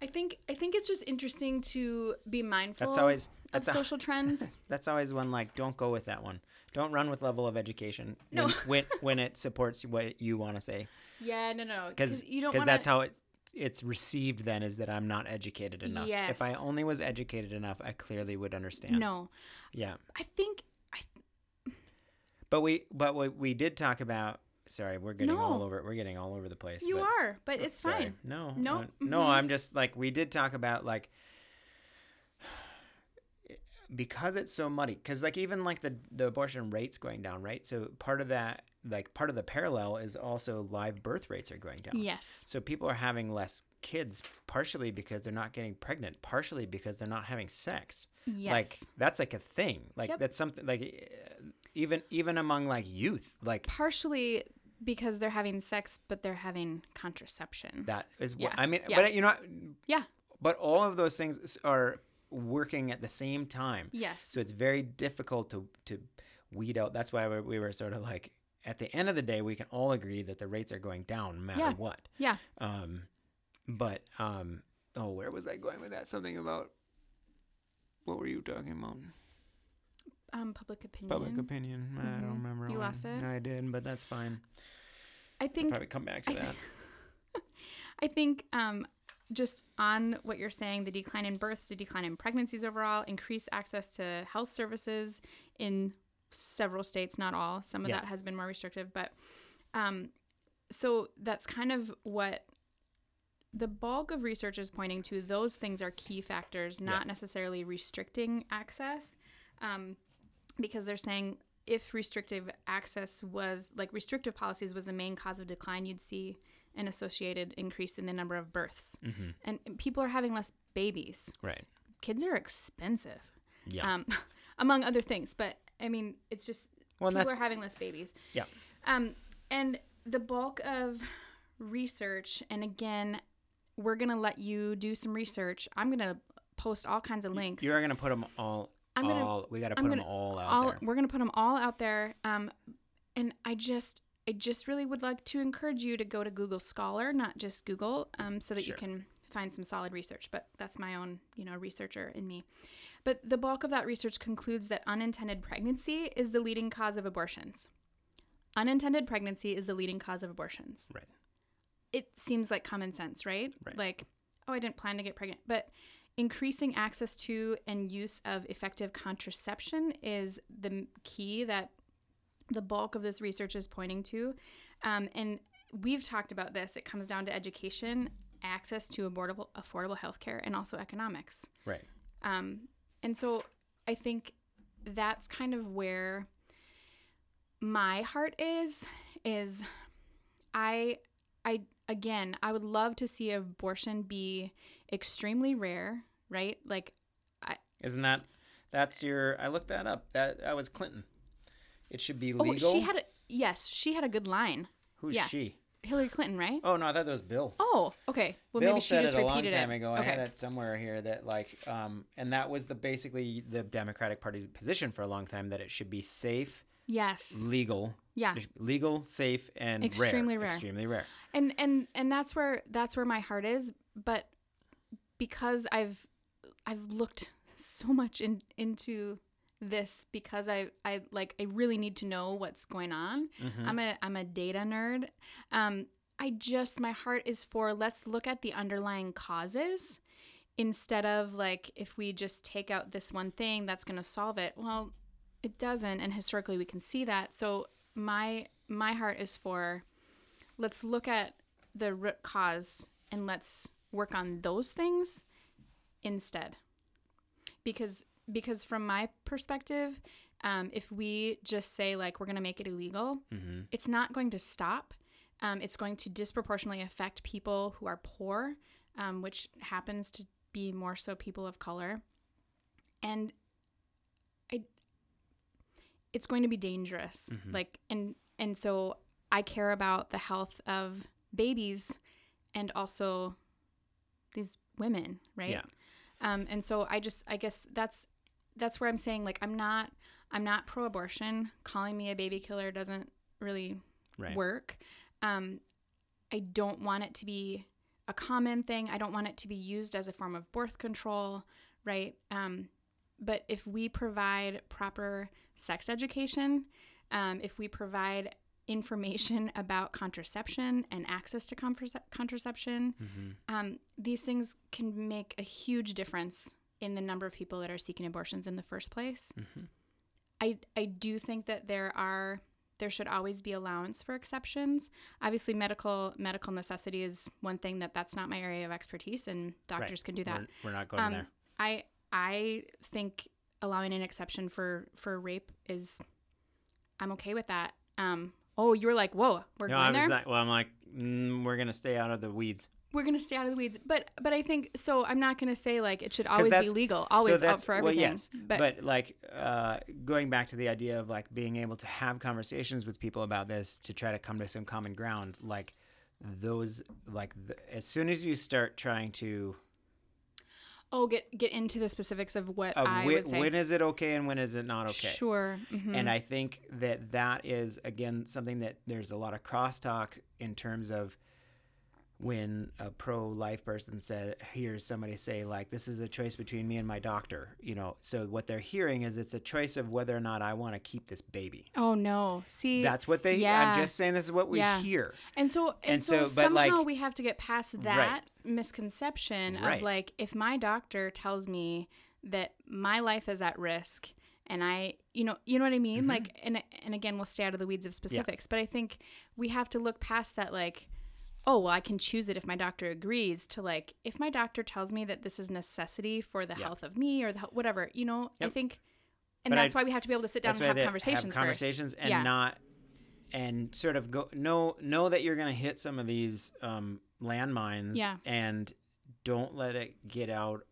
Speaker 3: I think I think it's just interesting to be mindful
Speaker 4: That's always- that's a-
Speaker 3: of social
Speaker 4: <laughs>
Speaker 3: trends.
Speaker 4: That's always one like don't go with that one. Don't run with level of education
Speaker 3: No.
Speaker 4: when,
Speaker 3: <laughs>
Speaker 4: when when it supports what you want to say
Speaker 3: yeah, no, no,
Speaker 4: because
Speaker 3: you don't
Speaker 4: because
Speaker 3: want
Speaker 4: that's how it's it's received then is that I'm not educated enough. If I
Speaker 3: Yes.
Speaker 4: only was educated enough, I clearly would understand.
Speaker 3: No,
Speaker 4: Yeah.
Speaker 3: I think I
Speaker 4: But we but we, we did talk about sorry, we're getting all
Speaker 3: No.
Speaker 4: over we're getting all over the place.
Speaker 3: you
Speaker 4: but,
Speaker 3: are, but it's
Speaker 4: Oh, sorry.
Speaker 3: fine. Mm-hmm.
Speaker 4: No.
Speaker 3: No,
Speaker 4: uh, No, I'm just like we did talk about like because it's so muddy cuz like even like the the abortion rates going down, right? So part of that like part of the parallel is also live birth rates are going down.
Speaker 3: Yes.
Speaker 4: So people are having less kids partially because they're not getting pregnant, partially because they're not having sex.
Speaker 3: Yes.
Speaker 4: Like that's like a thing. Like
Speaker 3: Yep.
Speaker 4: that's something like eh, even even among like youth, like
Speaker 3: partially because they're having sex, but they're having contraception.
Speaker 4: that is what
Speaker 3: Yeah.
Speaker 4: I mean.
Speaker 3: Yeah.
Speaker 4: But you know,
Speaker 3: yeah.
Speaker 4: but all of those things s- are working at the same time.
Speaker 3: Yes.
Speaker 4: So it's very difficult to to weed out. That's why we we were sort of like at the end of the day, we can all agree that the rates are going down, no matter
Speaker 3: Yeah.
Speaker 4: what.
Speaker 3: yeah.
Speaker 4: Um, but um, oh, where was I going with that? Something about what were you talking about?
Speaker 3: Um, public opinion.
Speaker 4: Public opinion. I don't remember.
Speaker 3: Mm-hmm. You
Speaker 4: when
Speaker 3: lost it? Mm.
Speaker 4: I did, but that's fine.
Speaker 3: I think
Speaker 4: Probably come back to that.
Speaker 3: I think um, just on what you're saying, the decline in births, the decline in pregnancies overall, increased access to health services in several states, not all. Some of
Speaker 4: Yeah.
Speaker 3: that has been more restrictive, but um, so that's kind of what the bulk of research is pointing to. Those things are key factors, not necessarily restricting access, um, because they're saying if restrictive access was like restrictive policies was the main cause of decline, you'd see an associated increase in the number of births,
Speaker 4: Mm-hmm.
Speaker 3: and and people are having less babies.
Speaker 4: Right.
Speaker 3: Kids are expensive,
Speaker 4: Yeah.
Speaker 3: um, <laughs> among other things. But I mean, it's just
Speaker 4: Well,
Speaker 3: people are
Speaker 4: that's-
Speaker 3: having less babies.
Speaker 4: yeah.
Speaker 3: Um, and the bulk of research, and again, we're gonna let you do some research. I'm gonna post all kinds of links.
Speaker 4: You're gonna put them all.
Speaker 3: I'm gonna-
Speaker 4: all we gotta
Speaker 3: I'm
Speaker 4: put them
Speaker 3: gonna-
Speaker 4: all out
Speaker 3: all
Speaker 4: there.
Speaker 3: we're gonna put them all out there. Um, and I just, I just really would like to encourage you to go to Google Scholar, not just Google, um, so that
Speaker 4: Sure.
Speaker 3: you can find some solid research. But that's my own, you know, researcher in me. But the bulk of that research concludes that unintended pregnancy is the leading cause of abortions. Unintended pregnancy is the leading cause of abortions
Speaker 4: Right.
Speaker 3: it seems like common sense, right?
Speaker 4: Right.
Speaker 3: Like, oh, I didn't plan to get pregnant. But increasing access to and use of effective contraception is the m- key that the bulk of this research is pointing to. Um, and we've talked about this. It comes down to education, access to affordable, affordable healthcare, and also economics.
Speaker 4: Right.
Speaker 3: Um, and so I think that's kind of where my heart is is I I again, I would love to see abortion be extremely rare, right? Like
Speaker 4: Isn't that? That's your. I looked that up. That that was Clinton. It should be
Speaker 3: oh,
Speaker 4: legal.
Speaker 3: she had a yes, she had a good line.
Speaker 4: Who's
Speaker 3: yeah.
Speaker 4: she?
Speaker 3: Hillary Clinton, right?
Speaker 4: Oh no, I thought that was Bill.
Speaker 3: Oh, okay. Well,
Speaker 4: Bill
Speaker 3: maybe she
Speaker 4: said
Speaker 3: just
Speaker 4: it a long
Speaker 3: repeated
Speaker 4: time
Speaker 3: it.
Speaker 4: ago. I
Speaker 3: Okay.
Speaker 4: had it somewhere here that like, um, and that was the basically the Democratic Party's position for a long time that it should be safe,
Speaker 3: Yes.
Speaker 4: legal,
Speaker 3: Yeah.
Speaker 4: it should be legal, safe, and
Speaker 3: Extremely
Speaker 4: rare,
Speaker 3: rare.
Speaker 4: extremely rare.
Speaker 3: and and and that's where that's where my heart is but because i've i've looked so much in, into this because i i like i really need to know what's going on
Speaker 4: Mm-hmm.
Speaker 3: i'm a i'm a data nerd um i just my heart is for let's look at the underlying causes instead of like if we just take out this one thing that's going to solve it well it doesn't and historically we can see that so my my heart is for let's look at the root cause and let's work on those things instead because because from my perspective um, if we just say like we're going to make it illegal it's not going to stop um, it's going to disproportionately affect people who are poor um, which happens to be more so people of color and I, it's going to be dangerous like and and so i care about the health of babies and also these women right
Speaker 4: Yeah.
Speaker 3: um, and so i just i guess that's that's where i'm saying like i'm not i'm not pro-abortion calling me a baby killer doesn't really
Speaker 4: Right.
Speaker 3: work um, i don't want it to be a common thing i don't want it to be used as a form of birth control right um, but if we provide proper sex education um, if we provide information <laughs> about contraception and access to contracep contraception
Speaker 4: Mm-hmm.
Speaker 3: um, these things can make a huge difference in the number of people that are seeking abortions in the first place.
Speaker 4: Mm-hmm.
Speaker 3: I I do think that there are there should always be allowance for exceptions. Obviously, medical medical necessity is one thing that that's not my area of expertise, and doctors can do that.
Speaker 4: We're, we're not going
Speaker 3: Um,
Speaker 4: there.
Speaker 3: I I think allowing an exception for for rape is I'm okay with that. Um, oh, you were like, whoa, we're
Speaker 4: No,
Speaker 3: going
Speaker 4: I was
Speaker 3: there
Speaker 4: not. Well, I'm like, mm, we're gonna stay out of the weeds.
Speaker 3: we're gonna stay out of the weeds. But but I think so. I'm not gonna say like it should always be
Speaker 4: that's-
Speaker 3: legal, always up
Speaker 4: that's-
Speaker 3: for everything.
Speaker 4: Well, yes,
Speaker 3: but,
Speaker 4: but, like uh, going back to the idea of like being able to have conversations with people about this to try to come to some common ground, like those, like the, as soon as you start trying to,
Speaker 3: oh, get get into the specifics of what
Speaker 4: of
Speaker 3: I
Speaker 4: whe-
Speaker 3: would say.
Speaker 4: uh, when is it okay and when is it not okay?
Speaker 3: Sure. mhm.
Speaker 4: And I think that that is again something that there's a lot of crosstalk in terms of when a pro-life person says hears somebody say like this is a choice between me and my doctor, you know. So what they're hearing is it's a choice of whether or not I want to keep this baby.
Speaker 3: Oh no. See.
Speaker 4: That's what they.
Speaker 3: Yeah.
Speaker 4: I'm just saying this is what we
Speaker 3: Yeah.
Speaker 4: hear.
Speaker 3: And so and,
Speaker 4: And
Speaker 3: so,
Speaker 4: so, but, like-
Speaker 3: somehow we have to get past that misconception of
Speaker 4: Right.
Speaker 3: like if my doctor tells me that my life is at risk and I you know you know what I mean
Speaker 4: Mm-hmm.
Speaker 3: like and and again we'll stay out of the weeds of specifics but I think we have to look past that like oh well I can choose it if my doctor agrees to like if my doctor tells me that this is necessity for the health of me or the, hel- whatever you know I
Speaker 4: Yep.
Speaker 3: think and
Speaker 4: But
Speaker 3: that's
Speaker 4: I-
Speaker 3: why we have to be able to sit down and
Speaker 4: why
Speaker 3: have
Speaker 4: they
Speaker 3: conversations
Speaker 4: Have
Speaker 3: first.
Speaker 4: conversations and
Speaker 3: yeah.
Speaker 4: not and sort of go know know that you're going to hit some of these um, landmines.
Speaker 3: Yeah.
Speaker 4: And don't let it get out.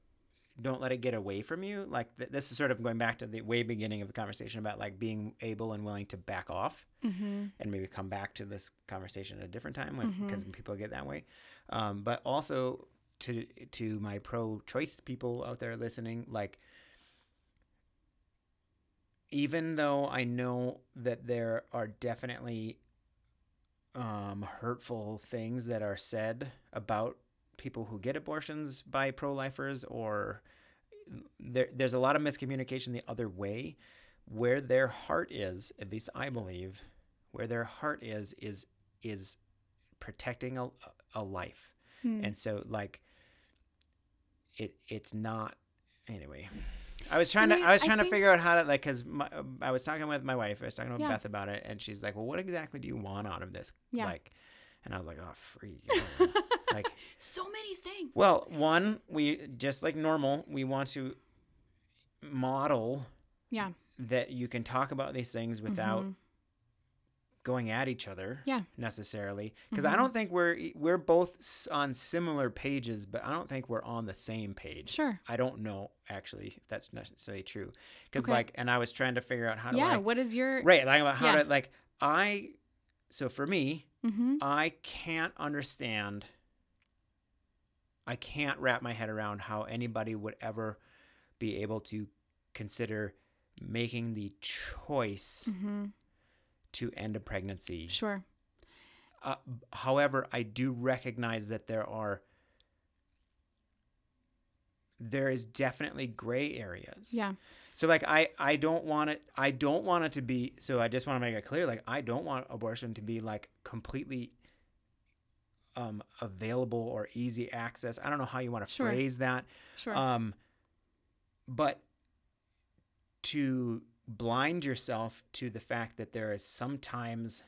Speaker 4: Don't let it get away from you. Like th- this is sort of going back to the way beginning of the conversation about like being able and willing to back off, and maybe come back to this conversation at a different time because people get that way. Um, but also to to my pro-choice people out there listening, like even though I know that there are definitely um, hurtful things that are said about people who get abortions by pro lifers, or there, there's a lot of miscommunication the other way, where their heart is, at least I believe, where their heart is, is, is protecting a, a life.
Speaker 3: Hmm. Mm.
Speaker 4: And so, like, it, it's not, anyway. I was trying
Speaker 3: And
Speaker 4: to
Speaker 3: I-
Speaker 4: I was
Speaker 3: I
Speaker 4: trying to
Speaker 3: think-
Speaker 4: figure out how to like because I was talking with my wife I was talking with
Speaker 3: Yeah.
Speaker 4: Beth about it and she's like well what exactly do you want out of this
Speaker 3: Yeah.
Speaker 4: like and I was like oh free
Speaker 3: <laughs>
Speaker 4: you know, like
Speaker 3: so many things
Speaker 4: well one we just like normal we want to model
Speaker 3: yeah Mm-hmm.
Speaker 4: that you can talk about these things without going at each other
Speaker 3: Yeah. Mm-hmm.
Speaker 4: necessarily because I don't think we're we're both s- on similar pages but I don't think we're on the same page
Speaker 3: Sure.
Speaker 4: I don't know actually if that's necessarily true because
Speaker 3: Okay.
Speaker 4: like and I was trying to figure out how do
Speaker 3: yeah
Speaker 4: I
Speaker 3: what is your
Speaker 4: right like about how
Speaker 3: Yeah.
Speaker 4: to like I so for me
Speaker 3: hmm
Speaker 4: I can't understand. I can't wrap my head around how anybody would ever be able to consider making the choice
Speaker 3: hmm
Speaker 4: to end a pregnancy.
Speaker 3: Sure.
Speaker 4: Uh, however, I do recognize that there are there is definitely gray areas.
Speaker 3: Yeah.
Speaker 4: So like I I don't want it I don't want it to be so I just want to make it clear like I don't want abortion to be like completely um available or easy access. I don't know how you want to
Speaker 3: Sure.
Speaker 4: Uh, Um, phrase that.
Speaker 3: Sure.
Speaker 4: Um but to blind yourself to the fact that there is sometimes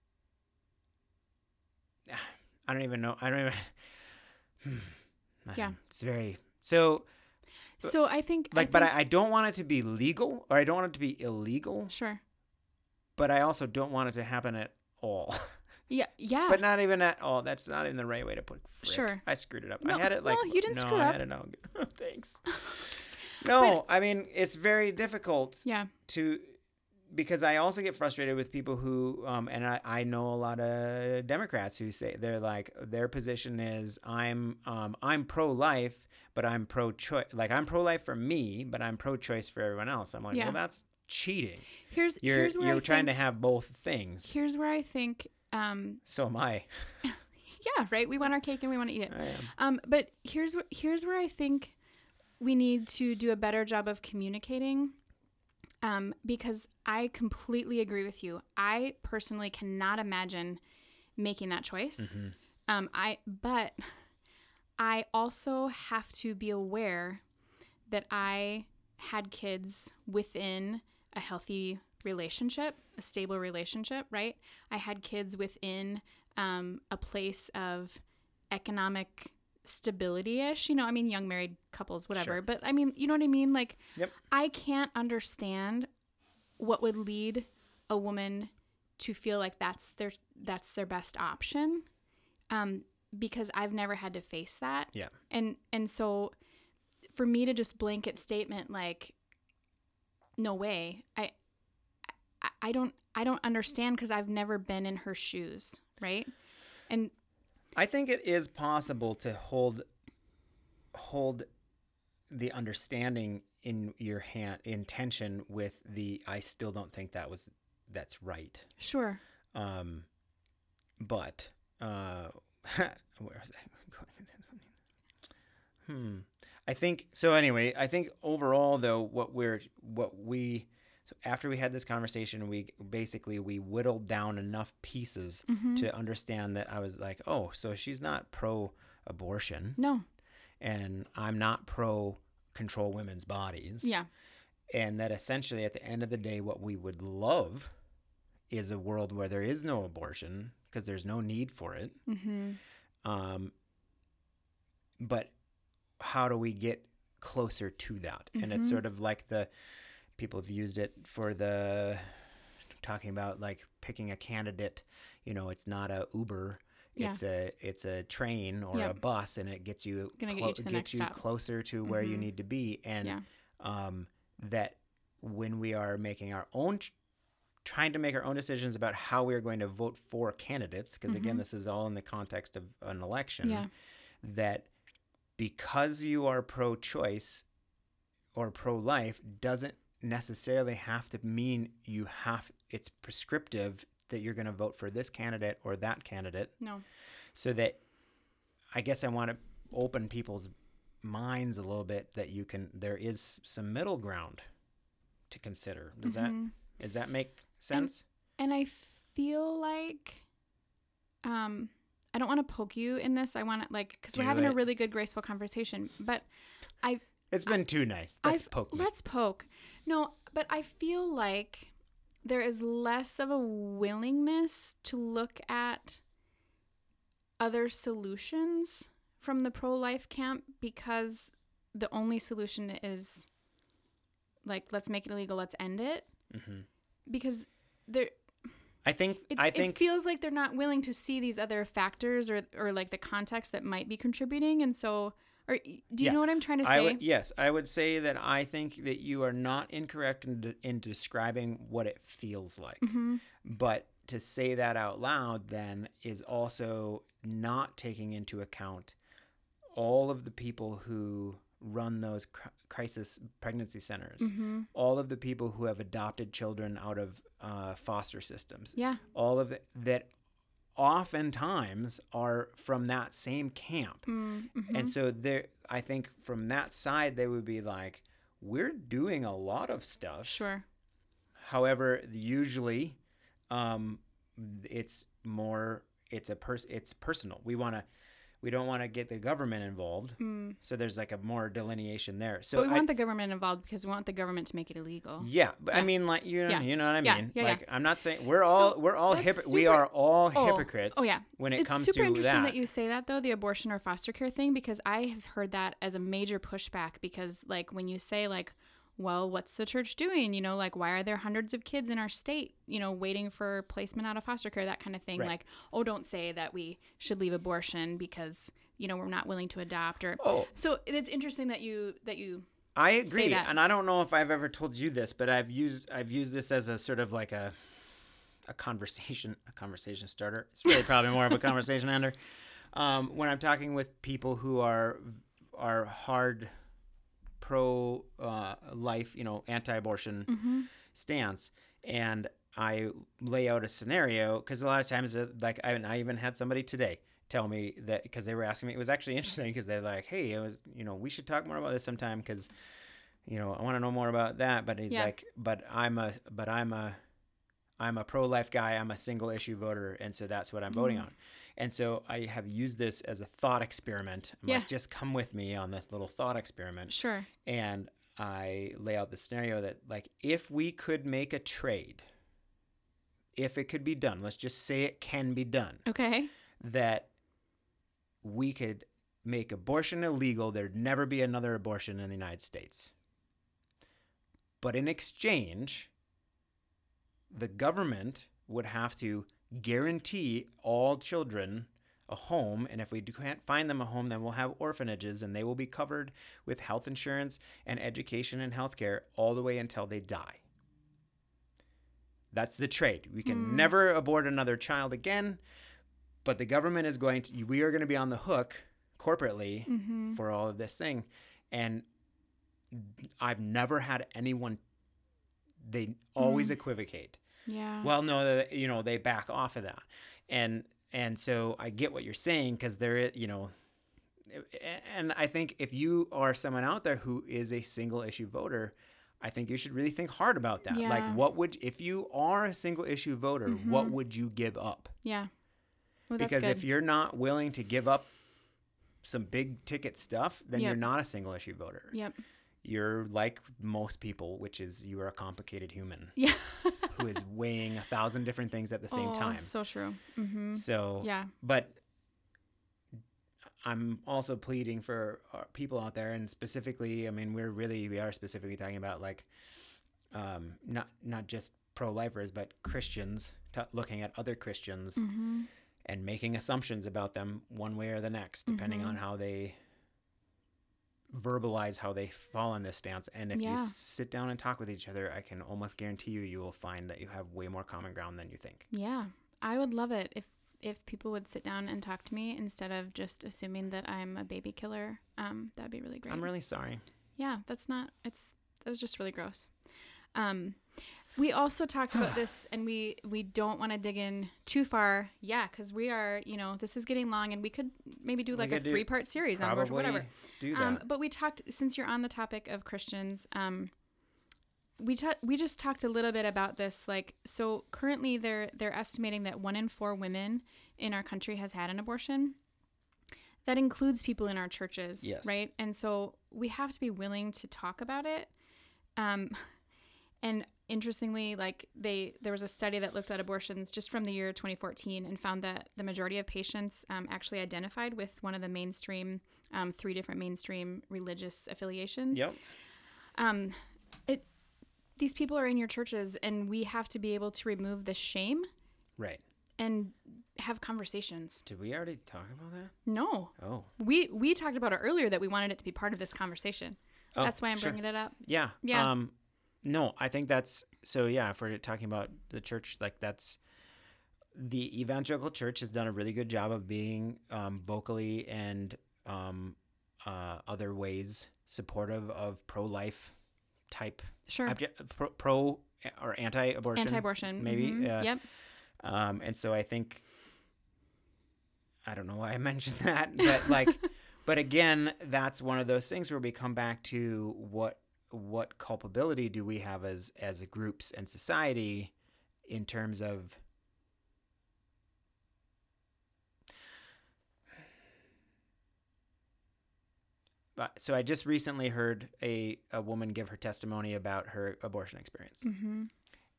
Speaker 4: <sighs> I don't even know. I don't even. <sighs> Hmm.
Speaker 3: Yeah.
Speaker 4: It's very so
Speaker 3: So I think
Speaker 4: like,
Speaker 3: I
Speaker 4: but
Speaker 3: think-
Speaker 4: I, I don't want it to be legal, or I don't want it to be illegal,
Speaker 3: sure.
Speaker 4: but I also don't want it to happen at all. <laughs>
Speaker 3: Yeah, yeah.
Speaker 4: but not even at all. That's not even the right way to put. it. Frick.
Speaker 3: Sure.
Speaker 4: I screwed it up.
Speaker 3: No,
Speaker 4: I had it like
Speaker 3: no, you didn't
Speaker 4: no,
Speaker 3: screw
Speaker 4: I
Speaker 3: up.
Speaker 4: had it all good. <laughs>
Speaker 3: <laughs>
Speaker 4: Thanks. No, I mean it's very difficult
Speaker 3: yeah.
Speaker 4: to because I also get frustrated with people who um, and I, I know a lot of Democrats who say they're like their position is I'm um, I'm pro life but I'm pro choice like I'm pro life for me but I'm pro choice for everyone else. I'm like
Speaker 3: Yeah.
Speaker 4: well that's cheating.
Speaker 3: Here's
Speaker 4: You're
Speaker 3: here's where
Speaker 4: you're
Speaker 3: I
Speaker 4: trying
Speaker 3: think,
Speaker 4: to have both things.
Speaker 3: here's where I think um
Speaker 4: So am I.
Speaker 3: yeah, right? We want our cake and we want to eat it.
Speaker 4: I am.
Speaker 3: Um, but here's wh- here's where I think we need to do a better job of communicating. Um, because I completely agree with you. I personally cannot imagine making that choice.
Speaker 4: Mm-hmm.
Speaker 3: Um, I but I also have to be aware that I had kids within a healthy relationship, a stable relationship, right? I had kids within um, a place of economic stability ish. You know, I mean, young married couples, whatever. But I mean, you know what I mean? Like,
Speaker 4: Yep.
Speaker 3: I can't understand what would lead a woman to feel like that's their that's their best option um, because I've never had to face that.
Speaker 4: Yeah.
Speaker 3: And and so for me to just blanket statement like no way. I I, I don't I don't understand cuz I've never been in her shoes, right? And
Speaker 4: I think it is possible to hold hold the understanding in your hand in tension with the I still don't think that was that's right.
Speaker 3: sure.
Speaker 4: Um but uh <laughs> where was I going with this one? Hmm. I think so anyway, I think overall though what we're what we so after we had this conversation we basically we whittled down enough pieces
Speaker 3: Mhm.
Speaker 4: to understand that I was like, "Oh, so she's not pro abortion
Speaker 3: No.
Speaker 4: and I'm not pro control women's bodies."
Speaker 3: Yeah.
Speaker 4: and that essentially at the end of the day what we would love is a world where there is no abortion because there's no need for it
Speaker 3: Mhm.
Speaker 4: um, but how do we get closer to that and
Speaker 3: Mm-hmm.
Speaker 4: it's sort of like the people have used it for the talking about like picking a candidate you know it's not a uber
Speaker 3: Yeah.
Speaker 4: it's a it's a train or a
Speaker 3: Yep.
Speaker 4: bus and it gets you
Speaker 3: Gonna get you to the
Speaker 4: gets
Speaker 3: next
Speaker 4: you
Speaker 3: stop.
Speaker 4: closer to where you
Speaker 3: Mhm.
Speaker 4: need to be and
Speaker 3: Yeah.
Speaker 4: um, that when we are making our own ch- trying to make our own decisions about how we are going to vote for candidates
Speaker 3: Mm-hmm.
Speaker 4: because again this is all in the context of an election
Speaker 3: Yeah.
Speaker 4: that because you are pro-choice or pro-life doesn't necessarily have to mean you have it's prescriptive that you're going to vote for this candidate or that candidate
Speaker 3: No.
Speaker 4: so that I guess I want to open people's minds a little bit that you can there is some middle ground to consider. Does that does that make sense?
Speaker 3: Mm-hmm. And I feel like um I don't want to poke you in this. I want to like cuz we're
Speaker 4: Do
Speaker 3: having a
Speaker 4: it.
Speaker 3: really good graceful conversation, but I
Speaker 4: it's been too nice. That's
Speaker 3: I've-
Speaker 4: poke me.
Speaker 3: Let's poke. No, but I feel like there is less of a willingness to look at other solutions from the pro life camp because the only solution is like let's make it illegal, let's end it. Because there
Speaker 4: I think
Speaker 3: it's,
Speaker 4: Mm-hmm. I think
Speaker 3: it feels like they're not willing to see these other factors or or like the context that might be contributing and so or do you
Speaker 4: Yeah.
Speaker 3: know what I'm trying to say?
Speaker 4: I would, yes, I would say that I think that you are not incorrect in, de- in describing what it feels like. But to say that out loud then is also not taking into account all of the people who run those cr- crisis pregnancy centers,
Speaker 3: Mm-hmm.
Speaker 4: all of the people who have adopted children out of uh, foster systems,
Speaker 3: yeah.
Speaker 4: all of the, that oftentimes are from that same camp.
Speaker 3: Mm-hmm.
Speaker 4: And so there I think from that side they would be like we're doing a lot of stuff.
Speaker 3: Sure.
Speaker 4: However, usually um it's more it's a pers- it's personal. We want to We don't want to get the government involved. So there's like a more delineation there. So
Speaker 3: Mm. But we
Speaker 4: I,
Speaker 3: want the government involved because we want the government to make it illegal.
Speaker 4: yeah, but I mean, like you know,
Speaker 3: Yeah.
Speaker 4: you know what I
Speaker 3: Yeah,
Speaker 4: mean.
Speaker 3: yeah, yeah.
Speaker 4: like I'm not saying we're all we're all
Speaker 3: that's
Speaker 4: hip. we
Speaker 3: super-
Speaker 4: are all
Speaker 3: Oh,
Speaker 4: hypocrites.
Speaker 3: Oh yeah.
Speaker 4: when it
Speaker 3: it's
Speaker 4: comes
Speaker 3: super
Speaker 4: to
Speaker 3: interesting that.
Speaker 4: that
Speaker 3: you say that though, the abortion or foster care thing, because I have heard that as a major pushback because like when you say like, well, what's the church doing? You know, like why are there hundreds of kids in our state, you know, waiting for placement out of foster care, that kind of thing.
Speaker 4: Right.
Speaker 3: Like, oh, don't say that we should leave abortion because you know we're not willing to adopt or.
Speaker 4: Oh.
Speaker 3: So it's interesting that you that you.
Speaker 4: I agree,
Speaker 3: that.
Speaker 4: and I don't know if I've ever told you this, but I've used I've used this as a sort of like a a conversation a conversation starter. It's really probably more of a conversation ender. <laughs> Um, when I'm talking with people who are are hard pro uh, life, you know, anti-abortion stance, and I lay out a scenario because a lot of times, uh, like I, and I even had somebody today tell me that because they were asking me, it was actually <laughs> interesting because they're like, "Hey, it was, you know, we should talk more about this sometime because, you know, I want to know more about that." But he's
Speaker 3: Yeah.
Speaker 4: like, "But I'm a, but I'm a, I'm a pro-life guy. I'm a single issue voter, and so that's what I'm voting
Speaker 3: Mm-hmm.
Speaker 4: on." And so I have used this as a thought experiment. I'm
Speaker 3: Yeah.
Speaker 4: like, just come with me on this little thought experiment
Speaker 3: Sure.
Speaker 4: and I lay out the scenario that like if we could make a trade, if it could be done, let's just say it can be done,
Speaker 3: Okay.
Speaker 4: that we could make abortion illegal, there'd never be another abortion in the United States. But in exchange, the government would have to guarantee all children a home. And if we do- can't find them a home, then we'll have orphanages and they will be covered with health insurance and education and health care all the way until they die. That's the trade. We can never abort another child again, but the government is going to, we are going to be on the hook corporately
Speaker 3: Mm-hmm.
Speaker 4: for all of this thing. And I've never had anyone, they always equivocate
Speaker 3: Mm-hmm. Yeah.
Speaker 4: well no the, you know they back off of that and and so i get what you're saying because there is you know and i think if you are someone out there who is a single issue voter i think you should really think hard about that
Speaker 3: Yeah. Mm-hmm.
Speaker 4: like what would if you are a single issue voter what would you give up
Speaker 3: yeah. Well, that's
Speaker 4: because
Speaker 3: good.
Speaker 4: if you're not willing to give up some big ticket stuff then
Speaker 3: Yep.
Speaker 4: you're not a single issue voter
Speaker 3: Yep.
Speaker 4: you're like most people which is you are a
Speaker 3: <laughs>
Speaker 4: complicated human
Speaker 3: Yeah.
Speaker 4: who is weighing a thousand different things at the
Speaker 3: <laughs>
Speaker 4: same
Speaker 3: Oh,
Speaker 4: time
Speaker 3: So true. Mm-hmm.
Speaker 4: so
Speaker 3: Yeah.
Speaker 4: but I'm also pleading for uh, people out there, and specifically, I mean, we're really we are specifically talking about like um, not not just pro lifers, but Christians t- looking at other Christians
Speaker 3: Mm-hmm.
Speaker 4: and making assumptions about them one way or the next, depending on
Speaker 3: Mm-hmm.
Speaker 4: how they verbalize how they fall in this stance. And if
Speaker 3: Yeah.
Speaker 4: you sit down and talk with each other, I can almost guarantee you you will find that you have way more common ground than you think.
Speaker 3: Yeah, I would love it if if people would sit down and talk to me instead of just assuming that I'm a baby killer. Um, that'd be really great.
Speaker 4: I'm really sorry.
Speaker 3: yeah, that's not. It's that was just really gross. Um, we also talked
Speaker 4: <sighs>
Speaker 3: about this, and we we don't want to dig in too far. Yeah, because we are, you know, this is getting long, and we could maybe do like a
Speaker 4: could do-
Speaker 3: three part series on abortion, whatever.
Speaker 4: do that.
Speaker 3: Um, but we talked since you're on the topic of Christians. Um, we ta- we just talked a little bit about this. Like, so currently they're they're estimating that one in four women in our country has had an abortion. That includes people in our churches,
Speaker 4: Yes.
Speaker 3: right? And so we have to be willing to talk about it. Um, and interestingly, like they, there was a study that looked at abortions just from the year 2014 and found that the majority of patients um, actually identified with one of the mainstream, um, three different mainstream religious affiliations.
Speaker 4: Yep.
Speaker 3: Um, it, these people are in your churches, and we have to be able to remove the shame
Speaker 4: Right.
Speaker 3: and have conversations.
Speaker 4: Did we already talk about that?
Speaker 3: No,
Speaker 4: Oh.
Speaker 3: we we talked about it earlier that we wanted it to be part of this conversation.
Speaker 4: Oh,
Speaker 3: That's why I'm
Speaker 4: sure.
Speaker 3: bringing it up.
Speaker 4: Yeah.
Speaker 3: Yeah.
Speaker 4: Um, no, I think that's so. Yeah, if we're talking about the church, like that's the evangelical church has done a really good job of being um, vocally and um, uh, other ways supportive of pro-life type
Speaker 3: Sure,
Speaker 4: obje- pro, pro or anti-abortion,
Speaker 3: anti-abortion,
Speaker 4: maybe.
Speaker 3: Mhm.
Speaker 4: uh,
Speaker 3: yep.
Speaker 4: Um, and so I think I don't know why I <laughs> mentioned that, but like, but again, that's one of those things where we come back to what what culpability do we have as as groups and society in terms of but- so I just recently heard a, a woman give her testimony about her abortion experience.
Speaker 3: Mm-hmm.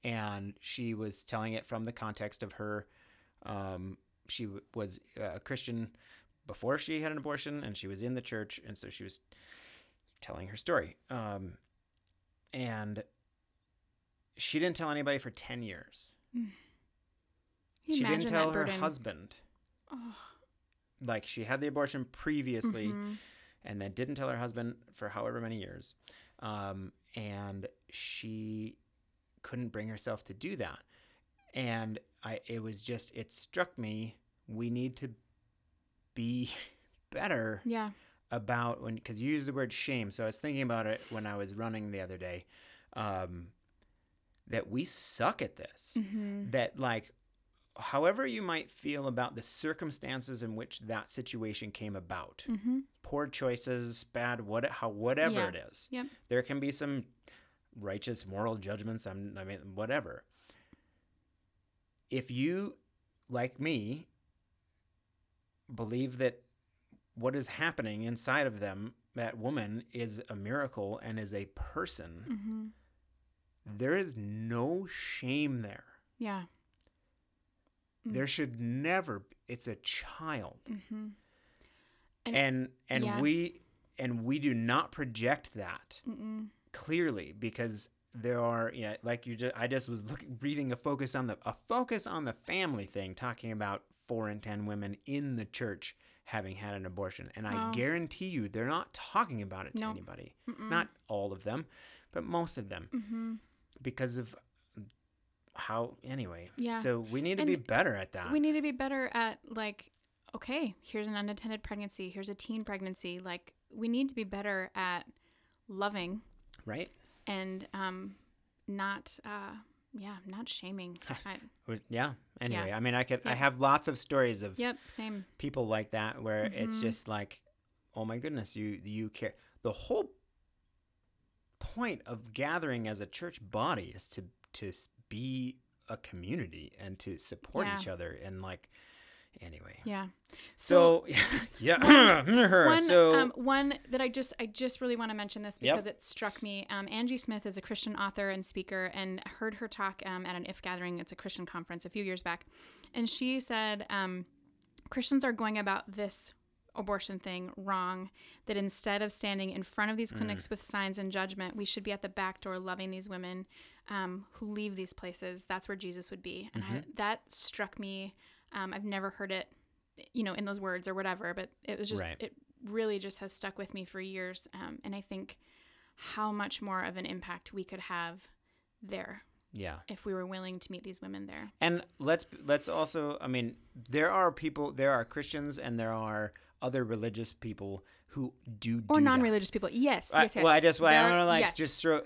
Speaker 4: and she was telling it from the context of her. Um, she w- was a Christian before she had an abortion, and she was in the church, and so she was telling her story. Um, and she didn't tell anybody for ten years.
Speaker 3: You
Speaker 4: she didn't
Speaker 3: imagine
Speaker 4: tell
Speaker 3: that
Speaker 4: her
Speaker 3: burden.
Speaker 4: husband.
Speaker 3: Oh.
Speaker 4: Like she had the abortion previously,
Speaker 3: Mhm.
Speaker 4: and then didn't tell her husband for however many years. Um, and she couldn't bring herself to do that. And I, it was just, it struck me we need to be <laughs> better
Speaker 3: Yeah.
Speaker 4: about when, because you used the word shame. So I was thinking about it when I was running the other day um, that we suck at this.
Speaker 3: Mm-hmm.
Speaker 4: That, like, however you might feel about the circumstances in which that situation came about
Speaker 3: Mm-hmm.
Speaker 4: poor choices, bad what how whatever
Speaker 3: Yeah.
Speaker 4: it is.
Speaker 3: Yep.
Speaker 4: There can be some righteous moral judgments. I'm, I mean, whatever. If you, like me, believe that what is happening inside of them, that woman is a miracle and is a person,
Speaker 3: Mm-hmm.
Speaker 4: there is no shame there.
Speaker 3: Yeah. Mm.
Speaker 4: There should never. b- It's a child.
Speaker 3: Mm-hmm. And-
Speaker 4: and and,
Speaker 3: yeah.
Speaker 4: we and we do not project that
Speaker 3: Mm-mm.
Speaker 4: clearly because there are yeah like you just I just was looking reading a focus on the a focus on the family thing talking about four in ten women in the church having had an abortion and I
Speaker 3: Wow.
Speaker 4: guarantee you they're not talking about it to
Speaker 3: No.
Speaker 4: anybody
Speaker 3: Mm-mm.
Speaker 4: not all of them but most of them
Speaker 3: Mm-hmm.
Speaker 4: because of how anyway
Speaker 3: Yeah.
Speaker 4: so we need to be
Speaker 3: And
Speaker 4: better at that
Speaker 3: We need to be better at like, okay, here's an unattended pregnancy, here's a teen pregnancy. Like, we need to be better at loving
Speaker 4: right
Speaker 3: and um, not, uh, yeah, not
Speaker 4: <laughs>
Speaker 3: shaming. I,
Speaker 4: Or- yeah anyway I mean I could I have lots of stories of
Speaker 3: yep, same.
Speaker 4: people like that where it's
Speaker 3: Mhm.
Speaker 4: just like oh my goodness you you care the whole point of gathering as a church body is to to s- be a community and to support
Speaker 3: Yeah.
Speaker 4: each other and like anyway
Speaker 3: Yeah.
Speaker 4: so, <laughs> yeah <laughs>
Speaker 3: One,
Speaker 4: so
Speaker 3: um, one that I just I just really want to mention this
Speaker 4: Yep.
Speaker 3: because it struck me. Um, Angie Smith is a Christian author and speaker, and I heard her talk um, at an If Gathering. It's a Christian conference a few years back, and she said um, Christians are going about this abortion thing wrong. That instead of standing in front of these
Speaker 4: Mm.
Speaker 3: clinics with signs and judgment, we should be at the back door loving these women um, who leave these places. That's where Jesus would be, and I,
Speaker 4: Mm-hmm.
Speaker 3: that struck me. Um, I've never heard it you know in those words or whatever but it was just
Speaker 4: Right.
Speaker 3: it really just has stuck with me for years um, and i think how much more of an impact we could have there
Speaker 4: yeah
Speaker 3: if we were willing to meet these women there
Speaker 4: And let's let's also, I mean, there are people, there are Christians, and there are other religious people who do do
Speaker 3: or
Speaker 4: that.
Speaker 3: non-religious people yes
Speaker 4: I-
Speaker 3: yes yes
Speaker 4: Well, I just well, I
Speaker 3: There-
Speaker 4: don't want to like
Speaker 3: yes.
Speaker 4: just throw,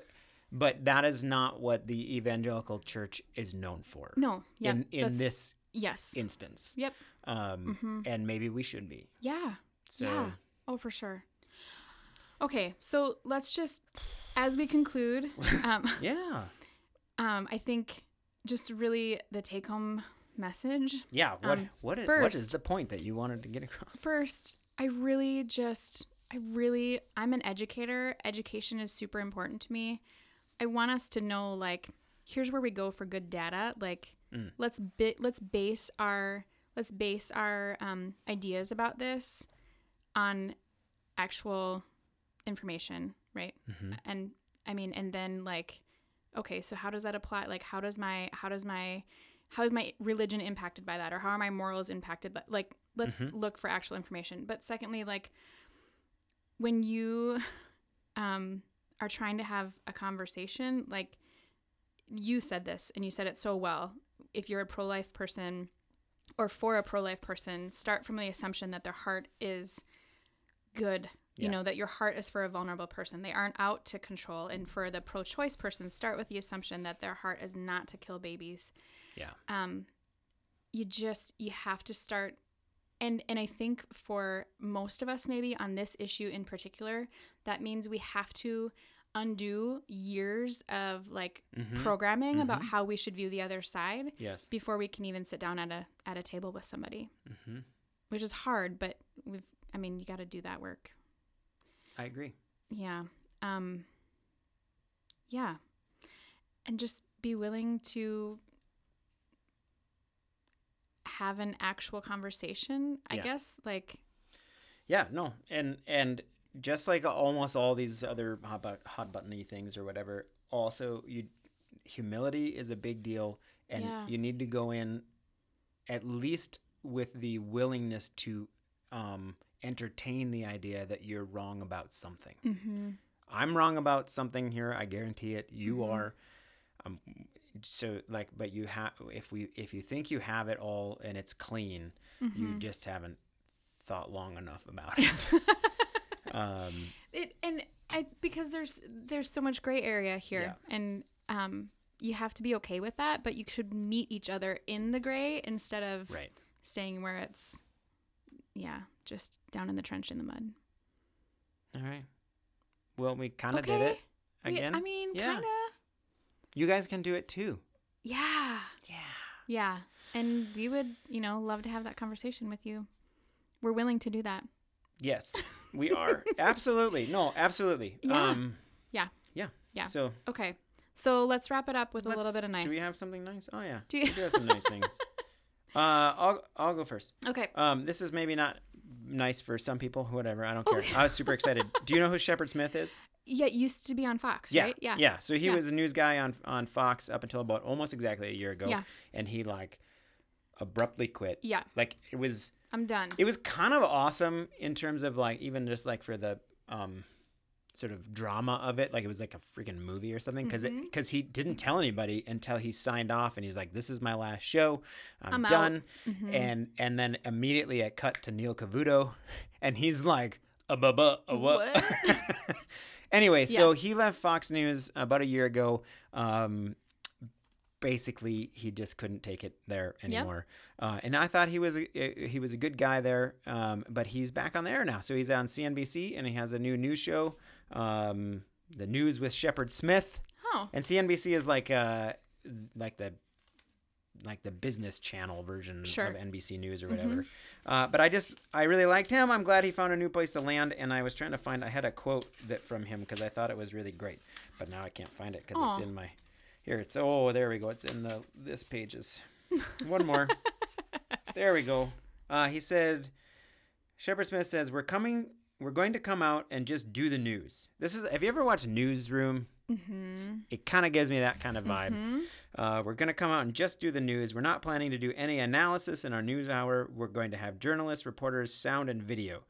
Speaker 4: but that is not what the evangelical church is known for.
Speaker 3: no yeah
Speaker 4: in in
Speaker 3: that's-
Speaker 4: this
Speaker 3: yes
Speaker 4: instance,
Speaker 3: yep
Speaker 4: um,
Speaker 3: Mhm.
Speaker 4: and maybe we should be.
Speaker 3: yeah
Speaker 4: So
Speaker 3: yeah oh for sure okay so let's just as we conclude um,
Speaker 4: yeah,
Speaker 3: um, i think just really the take-home message
Speaker 4: yeah. What
Speaker 3: Um,
Speaker 4: what is, what is
Speaker 3: first-
Speaker 4: the point that you wanted to get across?
Speaker 3: First, I really just, I really, I'm an educator. Education is super important to me. I want us to know, like, here's where we go for good data. Like, let's bi- let's base our let's base our um, ideas about this on actual information, right?
Speaker 4: Mm-hmm.
Speaker 3: And I mean, and then like, okay, so how does that apply? Like, how does my how does my how is my religion impacted by that, or how are my morals impacted? But like, let's look for actual information. But secondly, like, when you <laughs> um, are trying to have a conversation, like you said this and you said it so well. If you're a pro life person or for a pro life person, start from the assumption that their heart is good. You
Speaker 4: Yeah.
Speaker 3: know, that your heart is for a vulnerable person. They aren't out to control. And for the pro choice person, start with the assumption that their heart is not to kill babies
Speaker 4: Yeah,
Speaker 3: um, you just you have to start and and i think for most of us maybe on this issue in particular that means we have to undo years of like
Speaker 4: Mhm.
Speaker 3: programming about how we should view the other side
Speaker 4: yes,
Speaker 3: before we can even sit down at a at a table with somebody
Speaker 4: hmm
Speaker 3: which is hard but we've i mean you got to do that work
Speaker 4: I agree.
Speaker 3: Yeah. Um yeah. And just be willing to have an actual conversation, I
Speaker 4: Yeah.
Speaker 3: guess. Like
Speaker 4: Yeah, no, and and just like almost all these other hot bu- hot buttony things or whatever, also you humility is a big deal, and
Speaker 3: Yeah.
Speaker 4: you need to go in at least with the willingness to um, entertain the idea that you're wrong about something.
Speaker 3: mm-hmm.
Speaker 4: I'm wrong about something here. I guarantee it. You are. Um, so like, but you have. If we, if you think you have it all and it's clean, you
Speaker 3: Mm-hmm.
Speaker 4: just haven't thought long enough
Speaker 3: <laughs>
Speaker 4: about it. um,
Speaker 3: it and I because there's there's so much gray area here and um you have to be okay with that, but you should meet each other in the gray instead of
Speaker 4: right.
Speaker 3: staying where it's yeah, just down in the trench in the mud.
Speaker 4: All right. Well, we kind of did it
Speaker 3: We-
Speaker 4: again.
Speaker 3: I mean,
Speaker 4: Yeah.
Speaker 3: kind of.
Speaker 4: you guys can do it too.
Speaker 3: Yeah.
Speaker 4: Yeah.
Speaker 3: Yeah. And we would, you know, love to have that conversation with you. We're willing to do that. <laughs>
Speaker 4: Yes, we are. absolutely. No, absolutely.
Speaker 3: Yeah.
Speaker 4: Um,
Speaker 3: Yeah.
Speaker 4: Yeah.
Speaker 3: Yeah.
Speaker 4: So
Speaker 3: Okay. So let's wrap it up with a little
Speaker 4: let's-
Speaker 3: bit of nice.
Speaker 4: Do we have something nice? Oh yeah.
Speaker 3: Do you-
Speaker 4: <laughs> we do have some nice
Speaker 3: <laughs>
Speaker 4: things. Uh, I'll I'll go first.
Speaker 3: okay.
Speaker 4: Um, this is maybe not nice for some people. Whatever, I don't
Speaker 3: Oh,
Speaker 4: care. I was super excited. Do you know who Shepard Smith is?
Speaker 3: Yeah, it used to be on Fox,
Speaker 4: Yeah,
Speaker 3: right? Yeah.
Speaker 4: yeah. So he
Speaker 3: Yeah.
Speaker 4: was a news guy on on Fox up until about almost exactly a year ago.
Speaker 3: Yeah.
Speaker 4: and he like abruptly quit.
Speaker 3: Yeah.
Speaker 4: like it was
Speaker 3: I'm done.
Speaker 4: it was kind of awesome in terms of like even just like for the um sort of drama of it like it was like a freaking movie or something because because he didn't tell anybody until he signed off and he's like this is my last show i'm, Mm-hmm.
Speaker 3: I'm out."
Speaker 4: done and and then immediately it cut to neil cavuto <laughs> and he's like "Uh, a bubba a what, <laughs> anyway so he left fox news about a year ago um basically he just couldn't take it there anymore. Uh, and I thought he was a, eh, he was a good guy there, um, but he's back on there now. So he's on CNBC and he has a new news show, um, the News with Shepard Smith.
Speaker 3: oh.
Speaker 4: And CNBC is like uh like the like the business channel version
Speaker 3: Sure. Mm-hmm.
Speaker 4: of NBC News or whatever. Uh, but I just I really liked him. I'm glad he found a new place to land. And I was trying to find I had a quote that from him because I thought it was really great, but now I can't find it because
Speaker 3: Aw.
Speaker 4: it's in my here. It's oh there we go. It's in the this pages.
Speaker 3: <laughs>
Speaker 4: One more. there we go. Uh, he said. Shepard Smith says, "We're coming. We're going to come out and just do the news. This is. Have you ever watched Newsroom? It's-
Speaker 3: Mm-hmm.
Speaker 4: It kind of gives me that kind of vibe. Uh, we're going to come out and just do the news. We're not planning to do any analysis in our news hour. We're going to have journalists, reporters, sound, and video.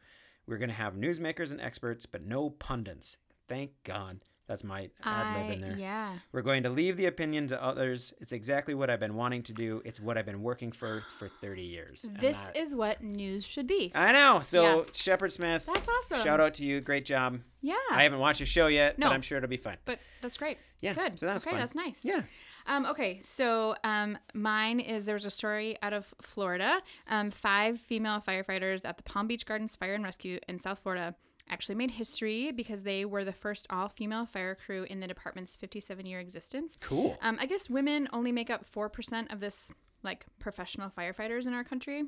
Speaker 4: We're going to have newsmakers and experts, but no pundits. Thank God. That's my ad lib
Speaker 3: I,
Speaker 4: in there.
Speaker 3: yeah.
Speaker 4: We're going to leave the opinion to others. It's exactly what I've been wanting to do. It's what I've been working for for 30 years. And
Speaker 3: This
Speaker 4: that-
Speaker 3: is what news should be.
Speaker 4: I know. So
Speaker 3: Yeah.
Speaker 4: Shepard Smith.
Speaker 3: That's awesome.
Speaker 4: Shout out to you. Great job.
Speaker 3: yeah.
Speaker 4: I haven't watched your show yet,
Speaker 3: No.
Speaker 4: but I'm sure it'll be fun.
Speaker 3: but that's great.
Speaker 4: Yeah,
Speaker 3: Good.
Speaker 4: so that was
Speaker 3: okay,
Speaker 4: fun.
Speaker 3: that's nice.
Speaker 4: Yeah.
Speaker 3: Um, okay, so um, mine is there was a story out of Florida. Um, five female firefighters at the Palm Beach Gardens Fire and Rescue in South Florida actually made history because they were the first all female fire crew in the department's 57 year existence.
Speaker 4: Cool.
Speaker 3: Um, I guess women only make up 4% of this, like, professional firefighters in our country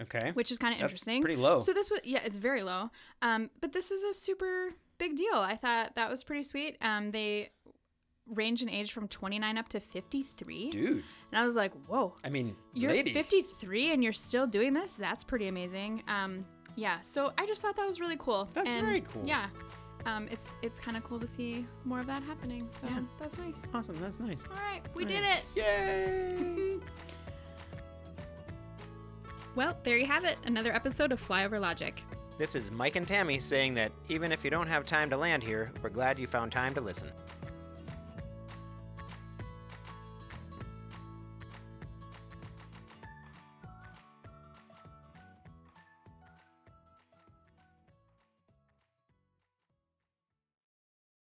Speaker 4: Okay.
Speaker 3: which is kind of
Speaker 4: That's
Speaker 3: interesting.
Speaker 4: pretty low.
Speaker 3: So this was yeah, it's very low. Um, but this is a super big deal. I thought that was pretty sweet. Um, they range in age from 29 up to 53,
Speaker 4: Dude.
Speaker 3: and I was like, whoa,
Speaker 4: I mean,
Speaker 3: you're
Speaker 4: lady.
Speaker 3: 53 and you're still doing this? That's pretty amazing. Um, yeah. So I just thought that was really cool.
Speaker 4: That's
Speaker 3: And,
Speaker 4: very cool.
Speaker 3: Yeah. Um, it's it's kind of cool to see more of that happening. So that's nice.
Speaker 4: Awesome. That's nice.
Speaker 3: All right, we
Speaker 4: All
Speaker 3: did
Speaker 4: right.
Speaker 3: it.
Speaker 4: Yay.
Speaker 1: Well, there you have it, another episode of Flyover Logic.
Speaker 2: This is Mike and Tammy saying that even if you don't have time to land here, we're glad you found time to listen.